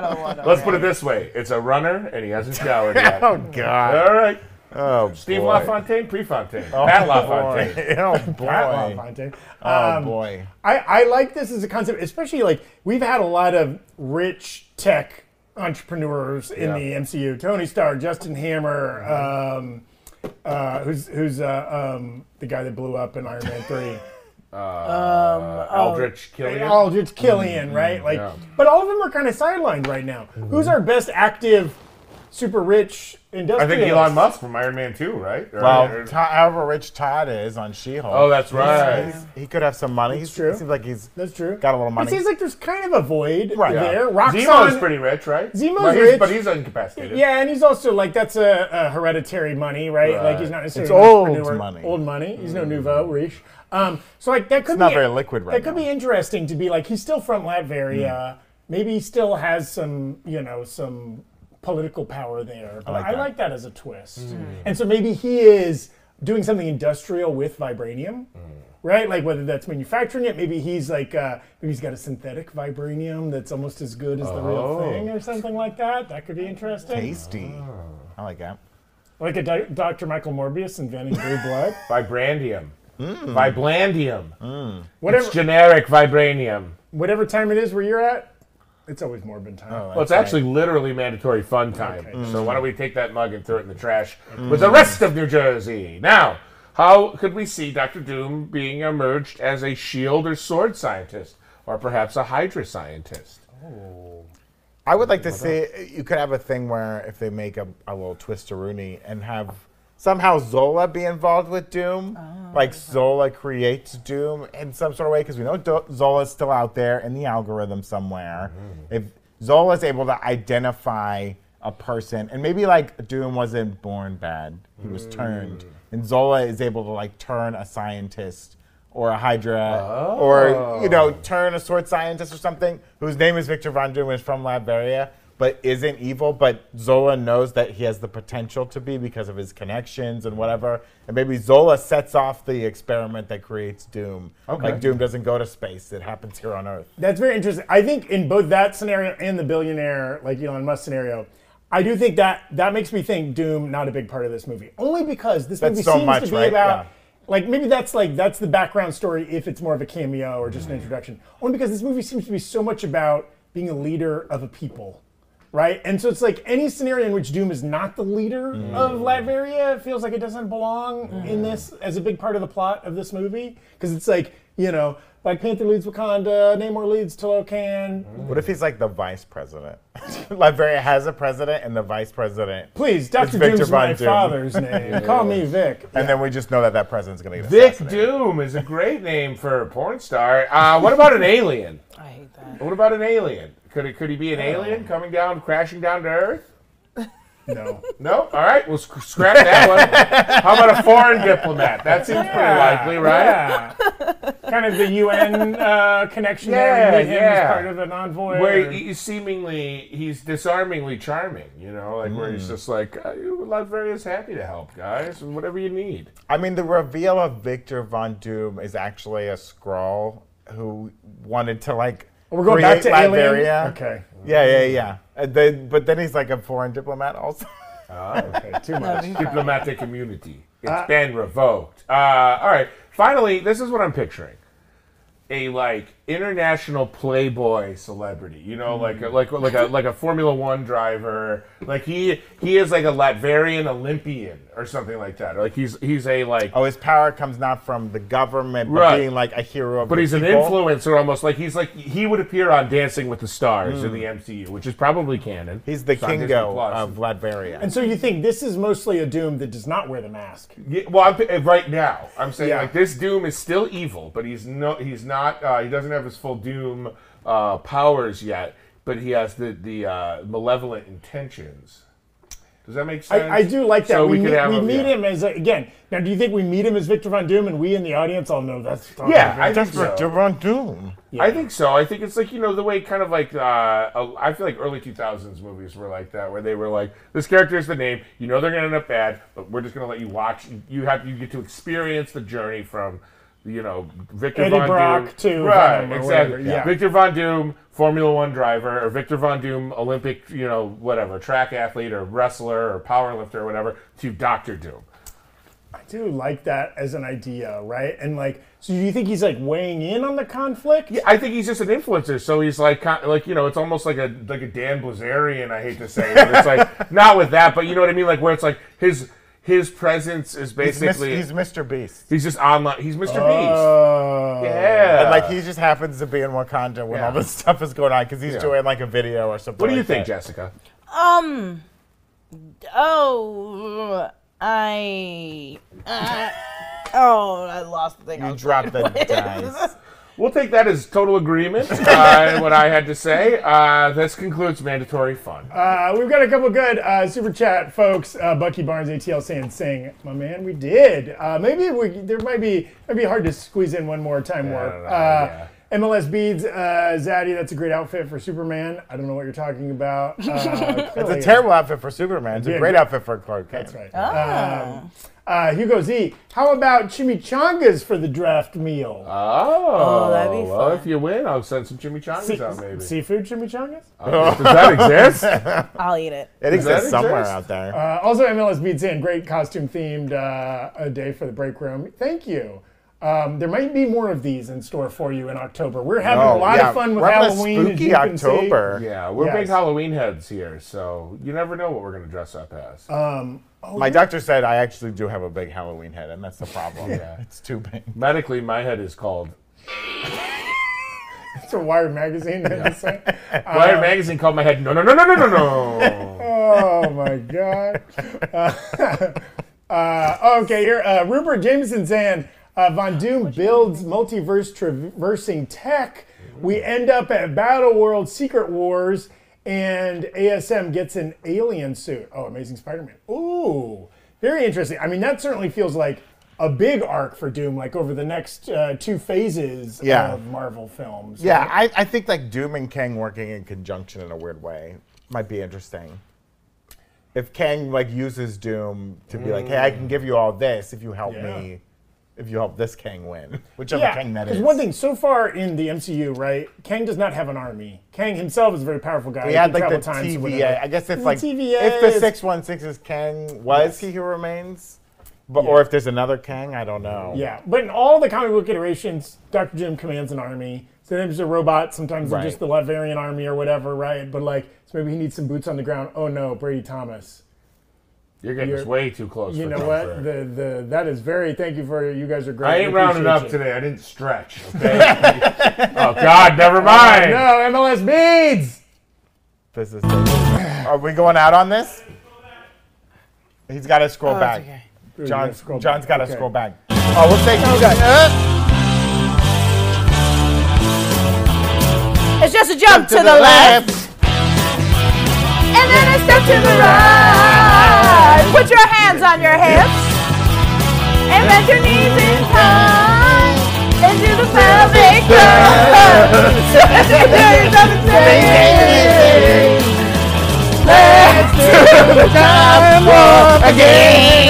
Speaker 3: don't want to.
Speaker 2: Let's put it this way: it's a runner, and he hasn't showered yet.
Speaker 4: Oh god.
Speaker 2: All right,
Speaker 4: Oh
Speaker 2: Steve
Speaker 4: boy.
Speaker 2: LaFontaine, Prefontaine, Pat LaFontaine.
Speaker 4: Boy. Oh boy.
Speaker 1: Fonte.
Speaker 4: Oh
Speaker 1: Um,
Speaker 4: boy.
Speaker 1: I, I like this as a concept, especially like we've had a lot of rich tech entrepreneurs in
Speaker 2: Yeah. Mm-hmm.
Speaker 1: the MCU. Tony Starr, Justin Hammer, um, uh, who's who's uh, um, the guy that blew up in Iron Man Three.
Speaker 2: Eldritch Killian.
Speaker 1: Aldrich Killian, right? Like,
Speaker 2: Mm-hmm. yeah. Mm-hmm.
Speaker 1: but all of them are kind of sidelined right now. Who's our best active super rich
Speaker 2: I
Speaker 1: industrial.
Speaker 2: think Elon Musk from Iron Man 2, right? Or-
Speaker 4: Well,
Speaker 2: or-
Speaker 4: Todd, Um, however rich Todd is on She-Hulk.
Speaker 2: oh, that's right.
Speaker 4: He's- He could have some money.
Speaker 1: That's
Speaker 4: He
Speaker 1: true.
Speaker 4: seems like he's
Speaker 1: That's true.
Speaker 4: got a little money.
Speaker 1: It seems like there's kind of a void
Speaker 4: Right. Yeah.
Speaker 1: there.
Speaker 2: Zemo's
Speaker 1: Roxxon,
Speaker 2: pretty rich, right?
Speaker 1: Zemo's
Speaker 2: But he's-
Speaker 1: rich.
Speaker 2: But he's incapacitated.
Speaker 1: Yeah, and he's also like that's a, a hereditary money, right? Like
Speaker 2: Right.
Speaker 1: he's not necessarily
Speaker 4: It's
Speaker 1: an
Speaker 4: old
Speaker 1: entrepreneur.
Speaker 4: money. Mm.
Speaker 1: Old money. He's no nouveau riche. Um, so like that could be
Speaker 4: not very liquid right
Speaker 1: That could
Speaker 4: now. Mm.
Speaker 1: be interesting to be like he's still from Latveria. Maybe he still has some, you know, some political power there. But I
Speaker 4: like
Speaker 1: like,
Speaker 4: that. Mm.
Speaker 1: that as a twist. And so maybe he is doing something industrial with
Speaker 4: Mm.
Speaker 1: vibranium. Right, like whether that's manufacturing it, maybe he's like, uh, maybe he's got a synthetic vibranium that's almost as good as the real
Speaker 2: Oh.
Speaker 1: thing, or something like that. That could be interesting.
Speaker 4: tasty. I like that.
Speaker 1: Like a doc- Dr. Michael Morbius inventing blue blood.
Speaker 2: Vibrandium. Viblandium.
Speaker 1: Whatever,
Speaker 2: It's generic vibranium.
Speaker 1: whatever time it is where you're at, it's always Morbin time.
Speaker 4: Oh,
Speaker 2: Well, it's actually literally mandatory fun time.
Speaker 1: Hmm.
Speaker 2: So why don't we take that mug and throw it in the trash with the rest of New Jersey? Now, how could we see Doctor Doom being emerged as a shield E or sword scientist, or perhaps a Hydra scientist?
Speaker 4: I would like to see you could have a thing where if they make a, a little twist to Rooney and have somehow Zola be involved with Doom, like Zola creates Doom in some sort of way because we know Do- Zola's still out there in the algorithm somewhere. If Zola's able to identify a person, and maybe like Doom wasn't born bad, he was turned, and Zola is able to like turn a scientist or a Hydra, or you know, turn a sword scientist or something whose name is Victor von Doom is from Latveria, but isn't evil. But Zola knows that he has the potential to be because of his connections and whatever. And maybe Zola sets off the experiment that creates Doom. Like Doom doesn't go to space; it happens here on Earth.
Speaker 1: That's very interesting. I think in both that scenario and the billionaire, like Elon Musk scenario, I do think that that makes me think Doom not a big part of this movie, only because this
Speaker 4: That's
Speaker 1: movie
Speaker 4: so
Speaker 1: seems
Speaker 4: much,
Speaker 1: to be
Speaker 4: right?
Speaker 1: about.
Speaker 4: Yeah.
Speaker 1: Like maybe that's like that's the background story if it's more of a cameo or
Speaker 4: Mm-hmm.
Speaker 1: just an introduction. Only because this movie seems to be so much about being a leader of a people, right? And so it's like any scenario in which Doom is not the leader of Latveria feels like it doesn't belong in this as a big part of the plot of this movie because it's like you know Black Panther leads Wakanda, Namor leads Talokan.
Speaker 4: What if he's like the vice president? Latveria has a president, and the vice president.
Speaker 1: Please, Doctor
Speaker 4: Victor
Speaker 1: Doom's
Speaker 4: Von
Speaker 1: my
Speaker 4: Doom.
Speaker 1: father's name. Call me Vic.
Speaker 4: And then we just know that that president's going to get
Speaker 2: Vic
Speaker 4: assassinated.
Speaker 2: Doom is a great name for a porn star. Uh, what about an alien?
Speaker 3: I hate that.
Speaker 2: What about an alien? Could it, could he be an alien coming down, crashing down to Earth?
Speaker 1: No.
Speaker 2: No. All right. We'll sc- scrap that one. How about a foreign diplomat? That seems pretty likely, right?
Speaker 1: Yeah. kind of the UN uh, connection there.
Speaker 2: Yeah,
Speaker 1: You meet him as
Speaker 2: yeah.
Speaker 1: part of an envoy.
Speaker 2: Where
Speaker 1: or-
Speaker 2: he, he's seemingly, he's disarmingly charming, you know, like where he's just like, uh, Latveria is happy to help, guys, and whatever you need.
Speaker 4: I mean, the reveal of Victor Von Doom is actually a Skrull who wanted to like.
Speaker 1: We're going back to
Speaker 4: create
Speaker 1: Alien.
Speaker 4: Latveria.
Speaker 1: Okay.
Speaker 4: Yeah, yeah, yeah. And then, but then he's like a foreign diplomat also.
Speaker 1: Okay. Too much.
Speaker 3: That'd be fun.
Speaker 2: Diplomatic immunity. It's been revoked. Uh, all right. Finally, this is what I'm picturing. A like international playboy celebrity, you know, like
Speaker 4: Hmm.
Speaker 2: a, like like a like a Formula One driver, like he he is like a Latvian Olympian or something like that. Like he's he's a like
Speaker 4: oh, his power comes not from the government, but
Speaker 2: Right.
Speaker 4: being like a hero. Of
Speaker 2: But
Speaker 4: the
Speaker 2: he's an
Speaker 4: people.
Speaker 2: influencer almost. Like he's like he would appear on Dancing with the Stars in the MCU, which is probably canon.
Speaker 4: Hmm. He's the
Speaker 2: It's on Disney
Speaker 4: kingo
Speaker 2: Plus.
Speaker 4: of Latveria.
Speaker 1: And so you think this is mostly a Doom that does not wear the mask?
Speaker 2: Yeah, well, I'm, pi- right now I'm saying
Speaker 1: Yeah.
Speaker 2: like this Doom is still evil, but he's no, he's not. Uh, he doesn't have his full Doom uh, powers yet, but he has the the uh, malevolent intentions. Does that make sense?
Speaker 1: I, I do like that.
Speaker 2: So
Speaker 1: we
Speaker 2: we, could
Speaker 1: meet,
Speaker 2: have
Speaker 1: we
Speaker 2: him,
Speaker 1: meet
Speaker 2: yeah.
Speaker 1: him as a, again. Now, do you think we meet him as Victor Von Doom, and we in the audience all know that's Von
Speaker 2: Yeah, I
Speaker 1: Doom?
Speaker 2: think so.
Speaker 4: Victor Von Doom.
Speaker 2: I think so. I think it's like you know the way kind of like uh, uh, I feel like early two thousands movies were like that, where they were like this character is the name, you know they're gonna end up bad, but we're just gonna let you watch. You- You have you get to experience the journey from you know Victor
Speaker 1: Eddie
Speaker 2: Von
Speaker 1: Brock
Speaker 2: Doom
Speaker 1: to
Speaker 2: right
Speaker 1: Venom or
Speaker 2: exactly
Speaker 1: whatever, yeah.
Speaker 2: Victor Von Doom Formula One driver or Victor Von Doom Olympic you know whatever track athlete or wrestler or powerlifter or whatever to Doctor Doom.
Speaker 1: I do like that as an idea, right? And like, so do you think he's like weighing in on the conflict? Yeah.
Speaker 2: I think he's just an influencer, so he's like, kind- like you know, it's almost like a like a Dan Blazarian. I hate to say, but it's like not with that, but you know what I mean, like where it's like his his presence is
Speaker 4: He's, mis-
Speaker 2: basically he's,
Speaker 4: he's Mr. Beast.
Speaker 2: just online. He's Mr. Beast.
Speaker 1: Uh,
Speaker 2: Yeah.
Speaker 4: And like he just happens to be in Wakanda when
Speaker 2: Yeah.
Speaker 4: all this stuff is going on because he's
Speaker 2: Yeah.
Speaker 4: doing like a video or something.
Speaker 2: what do you
Speaker 4: like
Speaker 2: think,
Speaker 4: that.
Speaker 2: Jessica?
Speaker 3: Um, Oh, I. uh, oh, I lost the thing. I
Speaker 4: You
Speaker 3: was
Speaker 4: dropped the
Speaker 3: trying-
Speaker 4: dice.
Speaker 2: We'll take that as total agreement, uh, what I had to say. Uh, this concludes mandatory fun.
Speaker 1: Uh, we've got a couple good uh, super chat folks. Uh, Bucky Barnes, ATL saying, "Sing, my man, we did." Uh, maybe we there might be it'd be hard to squeeze in one more time warp.
Speaker 2: I don't know,
Speaker 1: Uh, MLS beads, uh, Zaddy, that's a great outfit for Superman. I don't know what you're talking about. Uh,
Speaker 4: It's a terrible outfit for Superman. It's
Speaker 1: Yeah.
Speaker 4: a great outfit for Clark Kent.
Speaker 1: That's right. Um, uh, Hugo Z, how about chimichangas for the draft meal?
Speaker 4: Uh,
Speaker 2: Oh,
Speaker 3: that'd be
Speaker 2: well,
Speaker 3: fun.
Speaker 2: if you win, I'll send some chimichangas
Speaker 1: Se-
Speaker 2: out maybe.
Speaker 1: Seafood chimichangas?
Speaker 2: Uh, does that exist?
Speaker 3: I'll eat it.
Speaker 4: It
Speaker 2: that
Speaker 4: exists somewhere
Speaker 2: exist?
Speaker 4: out there.
Speaker 1: Uh, also, MLS beats in great costume themed uh, a day for the break room. Thank you. Um, there might be more of these in store for you in October. We're having a
Speaker 4: Oh,
Speaker 1: lot
Speaker 4: yeah.
Speaker 1: of fun with
Speaker 4: We're having a
Speaker 1: Halloween. as
Speaker 4: Spooky
Speaker 1: you can see.
Speaker 4: October.
Speaker 2: yeah, we're big
Speaker 1: Yes.
Speaker 2: Halloween heads here, so you never know what we're going to dress up as.
Speaker 4: My doctor said I actually do have a big Halloween head, and that's the problem.
Speaker 2: Yeah.
Speaker 4: It's too big.
Speaker 2: Medically, my head is called.
Speaker 1: It's a Wired magazine. that is saying.
Speaker 2: Wired magazine called my head. No, no, no, no, no, no, no.
Speaker 1: Oh my God. Uh, uh, okay, here uh, Rupert Jameson saying uh, Von Doom builds multiverse traversing tech. We end up at Battle World Secret Wars, and ASM gets an alien suit. Oh, Amazing Spider-Man. Ooh, very interesting. I mean, that certainly feels like a big arc for Doom, like over the next uh, two phases
Speaker 4: Yeah.
Speaker 1: of Marvel films.
Speaker 4: Yeah, I, I think like Doom and Kang working in conjunction in a weird way might be interesting. If Kang like uses Doom to be like, hey, I can give you all this if you help
Speaker 1: Mm. Yeah.
Speaker 4: me, if you help this Kang win, whichever
Speaker 1: Yeah,
Speaker 4: Kang that
Speaker 1: because
Speaker 4: is.
Speaker 1: one thing so far in the MCU, right? Kang does not have an army. Kang himself is a very powerful guy.
Speaker 4: we had
Speaker 1: can
Speaker 4: like the
Speaker 1: travel times,
Speaker 4: TVA.
Speaker 1: whatever.
Speaker 4: I guess it's
Speaker 1: The
Speaker 4: like
Speaker 1: TVA
Speaker 4: if the
Speaker 1: is-
Speaker 4: six one six is Kang, was he who remains? But
Speaker 1: Yeah.
Speaker 4: or if there's another Kang, I don't know.
Speaker 1: Yeah, but in all the comic book iterations, Doctor Jim commands an army. Sometimes they're robots, sometimes they're
Speaker 4: Right.
Speaker 1: just the Lavarian army or whatever, right? But like, so maybe he needs some boots on the ground. Oh no, Brady Thomas.
Speaker 2: You're getting us
Speaker 1: You're-
Speaker 2: way too close.
Speaker 1: You
Speaker 2: for
Speaker 1: know
Speaker 2: comfort.
Speaker 1: what? The the that is very. Thank you for you guys are great.
Speaker 2: I
Speaker 1: We
Speaker 2: ain't rounding
Speaker 1: appreciate
Speaker 2: up
Speaker 1: you.
Speaker 2: today. I didn't stretch. Okay. oh God, never mind.
Speaker 1: No MLS beads.
Speaker 4: This is. Are we going out on this? He's got to scroll back. John,
Speaker 1: Ooh, yeah,
Speaker 4: John's got to
Speaker 1: Okay.
Speaker 4: scroll back. Oh, we'll take. Uh,
Speaker 3: It's just a jump to,
Speaker 4: to
Speaker 3: the, left. and then a step to the right. Put your hands on your hips and bend your knees in time into the pelvic thrust. Throw yourself in space.
Speaker 4: Again.